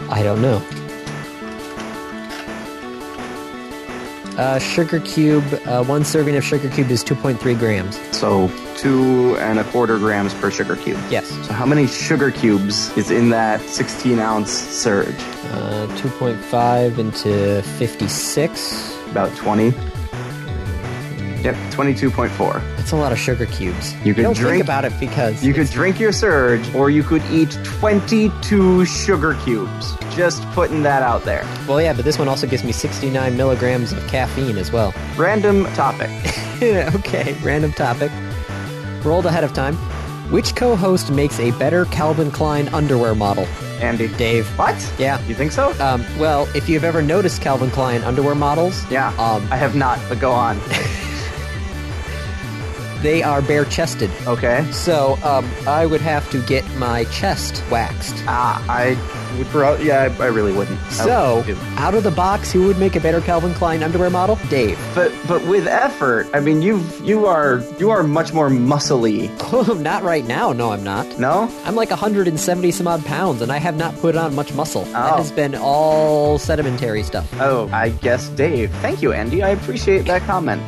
S1: I don't know. Uh, sugar cube, uh, one serving of sugar cube is 2.3 grams.
S2: So two and a quarter grams per sugar cube.
S1: Yes.
S2: So how many sugar cubes is in that 16 ounce surge?
S1: Uh, 2.5 into 56.
S2: About 20. Yep, 22.4.
S1: That's a lot of sugar cubes.
S2: You could
S1: don't
S2: drink-
S1: think about it because
S2: You could drink your surge, or you could eat 22 sugar cubes. Just putting that out there.
S1: well, yeah, but this one also gives me 69 milligrams of caffeine as well.
S2: Random topic.
S1: okay, random topic. Rolled ahead of time. Which co-host makes a better Calvin Klein underwear model?
S2: Andy.
S1: Dave.
S2: What?
S1: Yeah.
S2: You think so?
S1: Um, well, if you've ever noticed Calvin Klein underwear models,
S2: yeah.
S1: um,
S2: I have not, but go on.
S1: they are bare-chested.
S2: Okay.
S1: So um, I would have to get my chest waxed.
S2: Ah, I would pro- yeah, I, I really wouldn't. I
S1: So
S2: wouldn't do.
S1: out of the box, who would make a better Calvin Klein underwear model? Dave.
S2: but but with effort, I mean you you are you are much more muscly.
S1: not right now. No, I'm not.
S2: No?
S1: I'm like 170 some odd pounds, and I have not put on much muscle. That
S2: Oh.
S1: has been all sedimentary stuff.
S2: Oh, I guess Dave. Thank you, Andy. I appreciate that comment.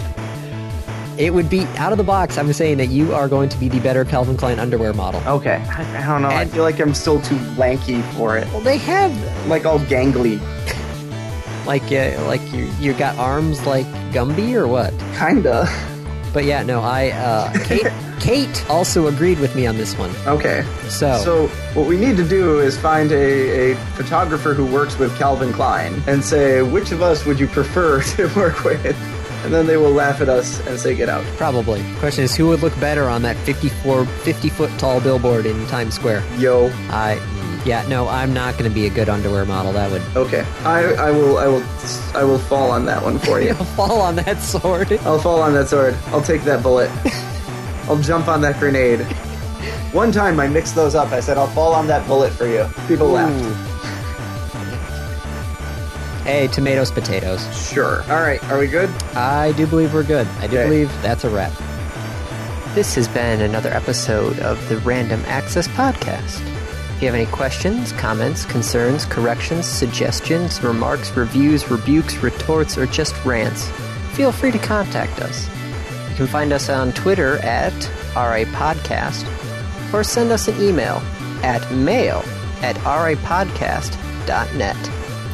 S1: It would be out of the box. I'm saying that you are going to be the better Calvin Klein underwear model.
S2: Okay. I, I don't know. I
S1: And-
S2: feel like I'm still too lanky for it.
S1: Well, they have
S2: Like all gangly,
S1: like uh, like you you got arms like Gumby or what?
S2: kinda.
S1: But yeah, no. I uh, Kate Kate also agreed with me on this one.
S2: Okay.
S1: So,
S2: So what we need to do is find a, a photographer who works with Calvin Klein and say which of us would you prefer to work with, and then they will laugh at us and say get out.
S1: probably question is who would look better on that 54 50 foot tall billboard in Times Square?
S2: Yo.
S1: I yeah no. I'm not going to be a good underwear model. That would
S2: Okay. I, I will I will I will fall on that one for you.
S1: fall on that sword.
S2: I'll fall on that sword. I'll take that bullet. I'll jump on that grenade. One time I mixed those up. I said I'll fall on that bullet for you. People laughed.
S1: Hey, tomatoes, potatoes.
S2: Sure. All right. Are we good?
S1: I do believe we're good. I do
S2: Okay.
S1: believe that's a wrap. This has been another episode of the Random Access Podcast. If you have any questions, comments, concerns, corrections, suggestions, remarks, reviews, rebukes, retorts, or just rants, feel free to contact us. You can find us on Twitter at RAPodcast or send us an email at mail at rapodcast.net.